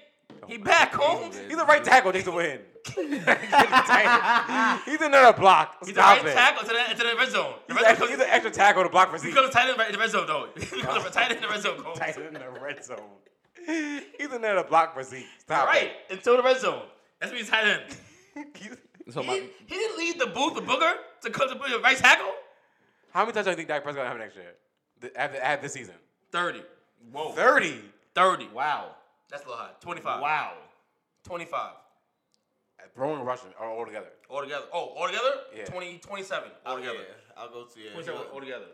Oh He back, Holmes. He's the right tackle. He's the [laughs] win. [laughs] he's another block. He's the Stop right it. tackle to the, to the red zone. The He's, an red zone extra, comes, he's an extra tackle to block for he Z. [laughs] becomes tight end in the red zone, though. [laughs] He becomes a tight end in the red zone, Holmes. Tight end in the red zone. He's another block for Z. Stop Right, until the red zone. That's when he's tight end. it. [laughs] He's- So He, my, he didn't leave the booth, the booger, to come to put your right tackle? How many touchdowns do you think Dak Prescott have next year? Th- After, after this season? 30. Whoa. 30. 30. wow, That's a little high. 25. wow. 25. Throwing and rushing are all together. Altogether. Oh, altogether? Yeah. Oh, 20, 27. Altogether. Altogether, I'll go to yeah. 27 He'll, altogether.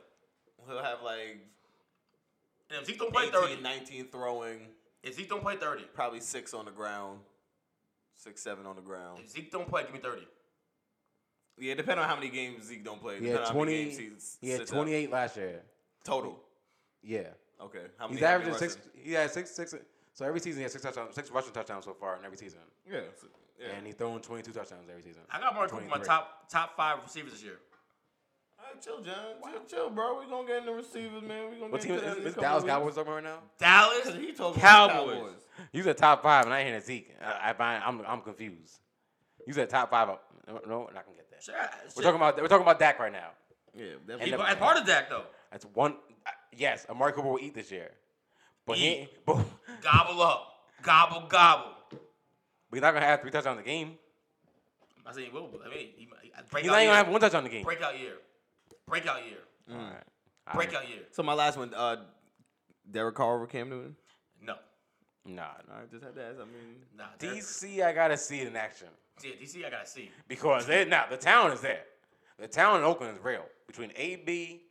he'll have like And if Zeke don't play 18, 30, 19 throwing. If Zeke don't play 30, Probably six on the ground, six seven on the ground. if Zeke don't play, give me 30. Yeah, depending on how many games Zeke don't play. He had depending on how many games twenty. he's He had sits out. twenty eight last year. total. Yeah, Okay, how many? how many he's averaging six. rushing? He had six six. So every season he had six touchdowns, six rushing touchdowns so far in every season, Yeah, so- yeah. and he's thrown twenty two touchdowns every season. I got Mark Cooper in my 23. top top five receivers this year. All right, chill, John. Chill, chill, bro. We gonna get in the receivers, man. We gonna What get team into that in is, a is couple Dallas of weeks. Cowboys talking about right now? Dallas, He talking about Cowboys. You said top five, and I ain't hearing Zeke. I, I find I'm I'm confused. You said top five. No, no, I can get that. Shit, We're shit. talking about we're talking about Dak right now. Yeah, He- definitely. And the- as part of Dak though. That's one. Uh, yes, Amari Cooper will eat this year, but he Eat. but Gobble up, gobble gobble. we're not gonna have three touchdowns a game. I'm not saying he will, but I mean, he, might- he, breakout He's not even year. gonna have one touchdown a game. breakout year, breakout year, All right. breakout year. so my last one, uh, Derek Carr over Cam Newton. No, Nah, nah. I just had to ask. I mean, nah. Derek- DC, I gotta see it in action Yeah, DC, I gotta see. because they, now the talent is there. The talent in Oakland is real. Between AB,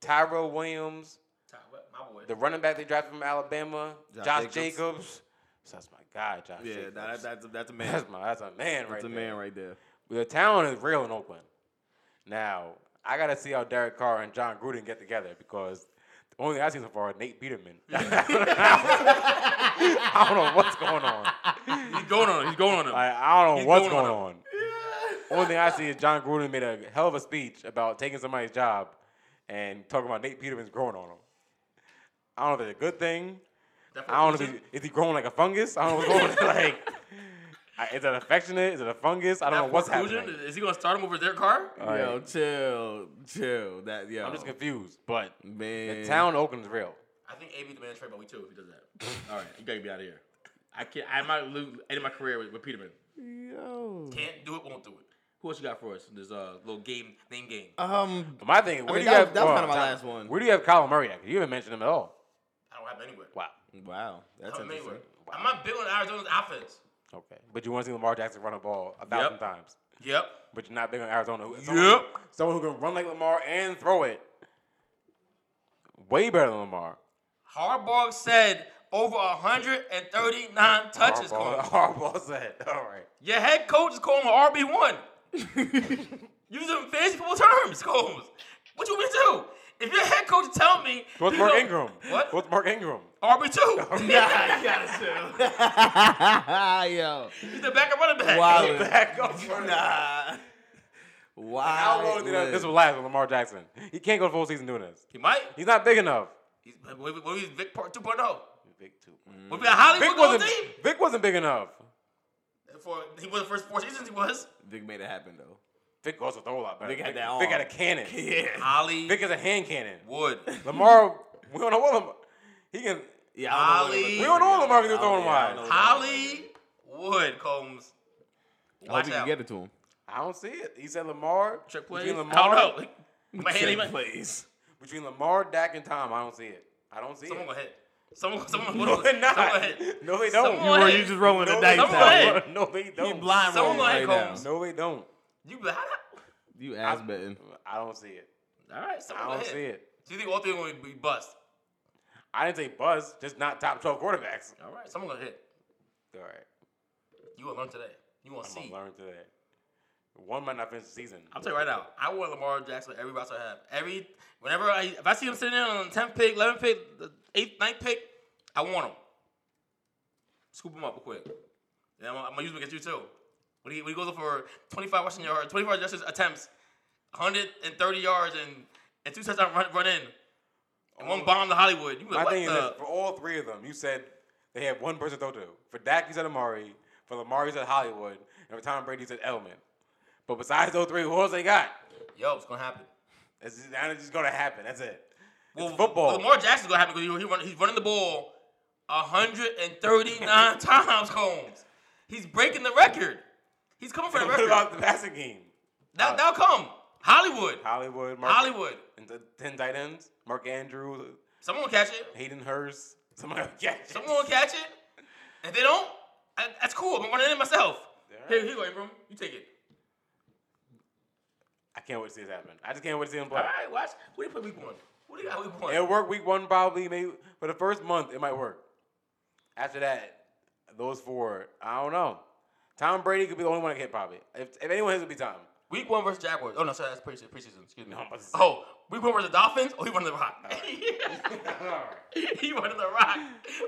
Tyro Williams, Ty- what? My boy. the running back they drafted from Alabama, Josh Josh, Jacobs. Jacobs. So that's my guy, Josh. yeah, Jacobs. nah, that, that's a, that's a man. [laughs] that's my that's a man right that's a there. man right there. The talent is real in Oakland. Now, I gotta see how Derek Carr and John Gruden get together because the only thing I see so far is Nate Peterman. [laughs] I don't know what's going on. He's going on. He's going on. him. Like, I don't know He's what's going going, on on. Only thing I see is John Gruden made a hell of a speech about taking somebody's job and talking about Nate Peterman's growing on him. I don't know if it's a good thing. That I don't know fool- if he, is he growing like a fungus. I don't know what's going on. [laughs] like, I- is it affectionate? Is it a fungus? I that don't know what's conclusion? happening. Is he gonna start him over their car? All Yo, right. chill, chill. That yo, I'm just confused, but man. the town of Oakland is real. I think AB demands trade by week two if he does that. [laughs] All right, you gotta be out of here. I can't. I might lose end of my career with, with Peterman. Yo. Can't do it. Won't do it. Who else you got for us? This uh little game name game. Um, But my thing, where mean, that do was- you have? that was well, kinda my time- last one. Where do you have Colin Murray? At? You haven't mentioned him at all. I don't have him anywhere. Wow. wow, that's I don't have him interesting. anywhere. I'm not big on Arizona's offense. Okay. But you want to see Lamar Jackson run a ball a thousand Yep. times, Yep. but you're not big on Arizona. who- Someone, someone who can run like Lamar and throw it. Way better than Lamar. Harbaugh said over 139 Hardball, touches. Coleman. [laughs] hardball said. All right. Your head coach is calling him RB one. Using fancy people terms, Combs. What you mean to? If your head coach tell me What's you Mark know- Ingram? [laughs] What? What's Mark Ingram? RB [laughs] two. Nah, you gotta chill. [laughs] yo, He's the backup running back. Wildin'. Back up. nah. Why? [laughs] How long did that, would- this will last with Lamar Jackson? He can't go the full season doing this. He might. He's not big enough. He's, what if what if he's Vic Part 2.0? Vic too. What if he's a Hollywood Vic gold wasn't. team? Vic wasn't big enough. For, he was the first four seasons he was. Vic made it happen though. Vic also throw a lot better. Vic had that Vic had a arm. cannon. Yeah. Holly Vic is a hand cannon. [laughs] Wood. Lamar, we don't know what Lamar. He can. Yeah, I don't know what it Ollie. was. We don't know what Lamar can do I don't- throwing yeah, I don't wide. know what Lamar can do. Holly Wood, Combs. I hope Watch you can out. get it to him. I don't see it. He said Lamar Trick between plays. I don't Lamar, know. My head, he Check might- plays. Between Lamar, Dak, and Tom, I don't see it. I don't see Someone it. [laughs] gonna hit. [laughs] Someone, someone, No, someone, they're someone not. gonna hit. No, they don't. Someone You were- hit. you just rolling no, the they dice. dice out. don't. no, they don't. blind Someone rolling gonna right hit now. Combs. No, they don't. You be like, how You ass betting. I don't see it. the- All right, someone I gonna don't hit. see it. So you think all three gonna be bust? I didn't say buzz, just not top twelve quarterbacks. All right, someone gonna hit. All right, You gonna learn today. You gonna I'm see. gonna learn today. One might not finish the season. I'll tell you right now. I want Lamar Jackson every roster I have. Every whenever I if I see him sitting in on the tenth pick, eleventh pick, the eighth, ninth pick, I want him. Scoop him up real quick. And I'm, I'm gonna use him against you too. When he, when he goes up for 25 rushing yards, 25 rushing attempts, 130 yards, and and two touchdown run, run in, and one bomb to Hollywood. You Oh. be My like, what thing is the? that for all three of them, you said they had one person to throw to. For Dak, you said Amari. For Lamar, you said Hollywood. And for Tom Brady, you said Elman. But besides those three, who else they got? Yo, it's gonna happen. It's just, that's just gonna happen. That's it. It's Well, football. Lamar Jackson's gonna happen because he, he run, he's running the ball 139 [laughs] times, Combs. He's breaking the record. He's coming for [laughs] the what record. about the passing game? that, that'll come. Hollywood. Hollywood, Mark, Hollywood. and the ten tight ends. Mark Andrews, Someone will catch it. Hayden Hurst. Somebody catch it. Someone will catch it. If they don't, I, that's cool. I'm running it myself. Yeah. Here, here you go, Ingram. You take it. I can't wait to see this happen. I just can't wait to see him play. All right, watch. What do you put week one? What do you got week one? It'll work week one probably. Maybe for the first month it might work. After that, those four, I don't know. Tom Brady could be the only one that hit probably. If, if anyone hits, it would be Tom. Week one versus Jaguars. Oh no, sorry, that's preseason. preseason. Excuse me. No, I'm about to say- oh, week one versus Dolphins. Oh, he won the rock. [laughs] Alright. he won the [laughs] rock.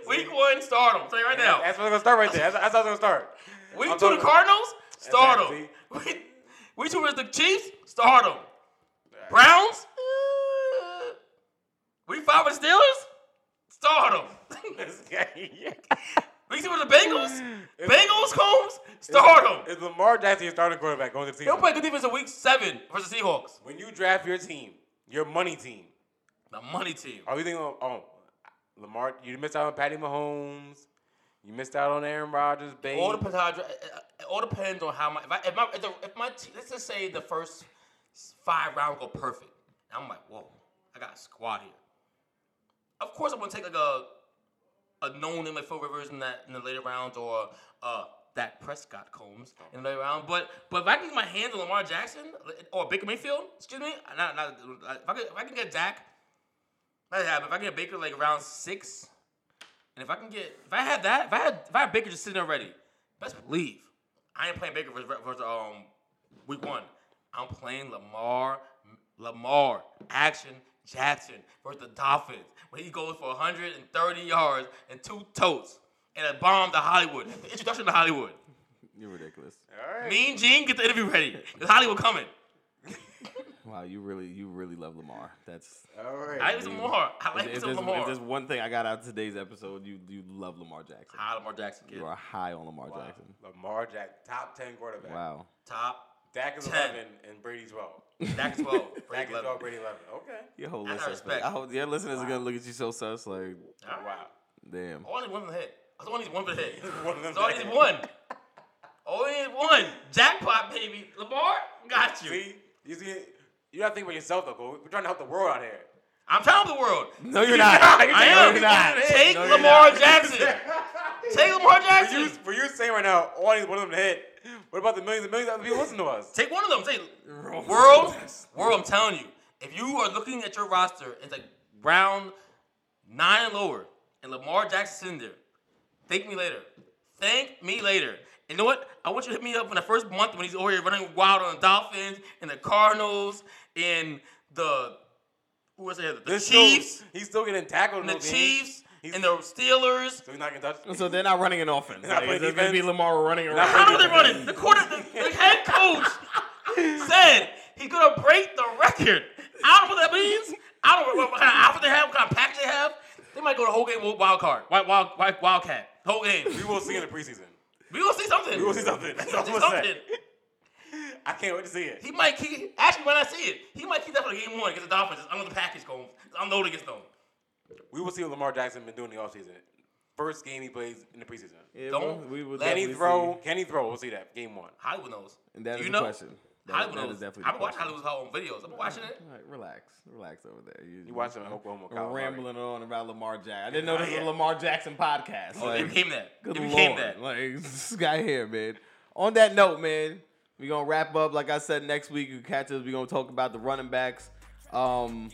Week one, start him. Tell you right now. That's where I'm gonna start right there. That's, that's how I'm gonna start. Week I'm two, the talking- Cardinals. Start them. Exactly. [laughs] Week, week two is the Chiefs. Start them. Browns. Uh, week five is Steelers. Start [laughs] them. [laughs] week three is the Bengals. Bengals, Combs. Start them. It's Lamar Jackson your starting quarterback going into the He'll season. play good defense in week seven versus Seahawks. When you draft your team, your money team, The money team. are you thinking, oh, oh, Lamar, you missed out on Patty Mahomes, you missed out on Aaron Rodgers, Babe. All depends how I dra- it all depends on how my if I if my if, the, if my te- let's just say the first five rounds go perfect. And I'm like, whoa, I got a squad here. Of course, I'm gonna take like a a known in like Phil Rivers in that in the later rounds or uh that Prescott Combs in the later round. But but if I can get my hands on Lamar Jackson or Baker Mayfield, excuse me, not, not if I can, if I can get Dak, not that, but if I can get Baker like round six, and if I can get, if I had that, if I had, if I had Baker just sitting there ready, best believe I ain't playing Baker versus, versus um week one. I'm playing Lamar, Lamar Action Jackson versus the Dolphins when he goes for 130 yards and two totes and a bomb to Hollywood. The introduction to Hollywood. You're ridiculous. All right. Mean Gene, get the interview ready. It's Hollywood coming. Wow, you really, you really love Lamar. That's All right. I like some Lamar. I if like some there's, if Lamar. there's one thing I got out of today's episode, you you love Lamar Jackson. High Lamar Jackson, kid. You are high on Lamar Wow. Jackson. Lamar Jackson, top 10 quarterback. Wow. Top. Dak is 10. 11 and Brady 12. Dak 12. Dak Brady is 12, 11. Brady 11. Okay. Your whole That's listeners, our respect. I hope your listeners are gonna look at you so sus, like, All right. Wow. damn. All I need one for the head. I only need one for the head. [laughs] One of them So I days. need one. Only need one. Jackpot, baby. Lamar, got you. See? You see, you gotta think about yourself, though, Cole. We're trying to help the world out here. I'm telling the world. No, you're not. You're I taking am. it. Take No, you're Lamar not. [laughs] Jackson. Take Lamar For you, Jackson. for you saying right now, all these one of them hit. What about the millions and millions of other people listening to [laughs] us? Take one of them. Take world, world. I'm telling you, if you are looking at your roster, it's like round nine and lower, and Lamar Jackson's in there. Thank me later. Thank me later. You know what? I want you to hit me up in the first month when he's over here running wild on the Dolphins and the Cardinals and the who was it? The This Chiefs Still, he's still getting tackled. in and the those Chiefs He's- and the Steelers. games, so he's not getting touched. So they're not running an offense. not Like, playing it's just gonna be defense. Lamar running around. playing How do they run it? The quarter, the, the head coach said he's gonna break the record. I don't know what that means. I don't know what, what kind of outfit they have, what kind of package they have. They might go the whole game with wild card, wild, wild, wild wildcat, whole game. We will see in the preseason. We gonna see something. We will see [laughs] something. That's We all gonna I'm see saying. something. I can't wait to see it. He might keep. Actually, when I see it, he might keep that for the game one against the Dolphins. I know the package going. I'm loaded against them. We will see what Lamar Jackson been doing in the offseason. First game he plays in the preseason. Yeah, Don't well, we would let Can he definitely throw? see. Can he throw? We'll see that game one. Hollywood knows. And that Do is you the know? question. That- Hollywood that knows. is definitely. I've the been watching question. Hollywood's home videos. I've been watching it. All right, relax, relax over there. You, You watching Oklahoma? Kyle Murray. rambling on about Lamar Jackson. I didn't know this was yeah. a Lamar Jackson podcast. Oh, it Like, became that. Good it lord, became that. like [laughs] this guy here, man. On that note, man, we gonna wrap up. Like I said, next week you catch us. We gonna talk about the running backs. Um,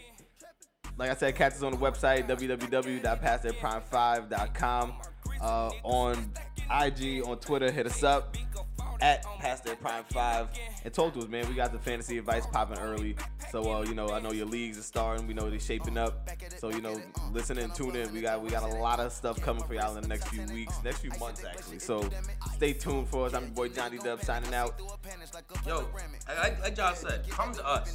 like I said, catch us on the website www.passthatprime5.com. Uh, on IG, on Twitter, hit us up at Past That Prime Five and talk to us, man. We got the fantasy advice popping early, so uh, you know I know your leagues are starting. We know they're shaping up, so you know listen and tune in. We got we got a lot of stuff coming for y'all in the next few weeks, next few months actually. So stay tuned for us. I'm your boy Johnny Dub signing out. Yo, I- like, like John said, come to us.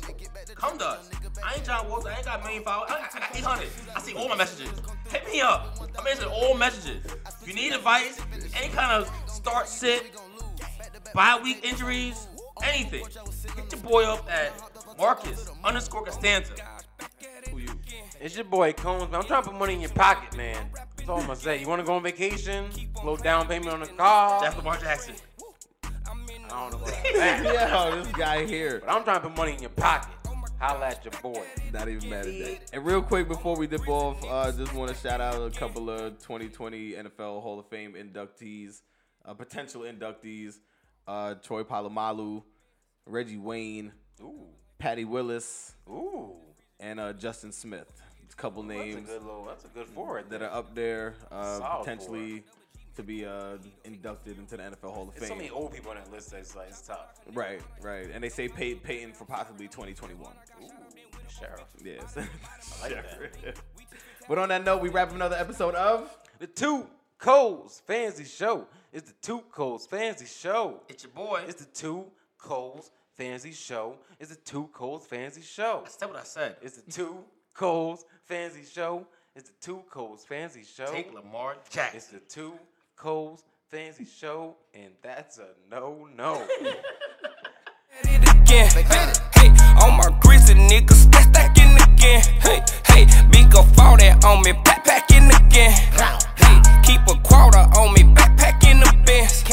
Come to us. I ain't John Walter. I ain't got a million followers. I, I got 800. I see all my messages. Hit me up. I'm answering all messages. If you need advice, any kind of start sit, bye week injuries, anything, hit your boy up at Marcus underscore Costanza. Who you? [laughs] It's your boy Combs, man. I'm trying to put money in your pocket, man. That's all I'm gonna say. You wanna go on vacation? Low down payment on the car. That's Lamar Jackson. I don't know about that. Yo, this guy here. But I'm trying to put money in your pocket. Holla at your boy. Not even mad at that. And real quick before we dip off, uh, just want to shout out a couple of 2020 NFL Hall of Fame inductees, uh, potential inductees: uh, Troy Polamalu, Reggie Wayne, Ooh. Patty Willis, Ooh. and uh, Justin Smith. a couple That's a names good little. That's a good four right that there. are up there, uh, Solid potentially to be uh, inducted into the NFL Hall of There's so Fame. many old people on that list. That it's like it's tough. Right, right. And they say Pey- Peyton for possibly 2021. Ooh, Sheriff. [laughs] Yes. like that. Sure. but on that note, we wrap up another episode of. The Two Coles Fancy Show. It's the Two Coles Fancy Show. It's your boy. It's the Two Coles Fancy Show. It's the Two Coles Fancy Show. That's not what I said. It's the Two Coles Fancy Show. It's the Two Coles Fancy Show. Take Lamar It's the Jackson. Two Coles Fancy Show, and that's a no no. At it again. Hey, on my grizzly niggas, stack stacking again. Hey, hey, big up fall that on me, backpacking again. Hey, keep a quarter on me, backpacking the bins.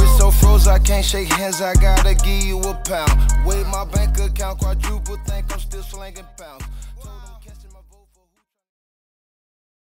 Wrist so froze, I can't shake hands. I gotta give you a pound. Wave my bank account quadruple. Think I'm still slanging pounds. Told 'em catch-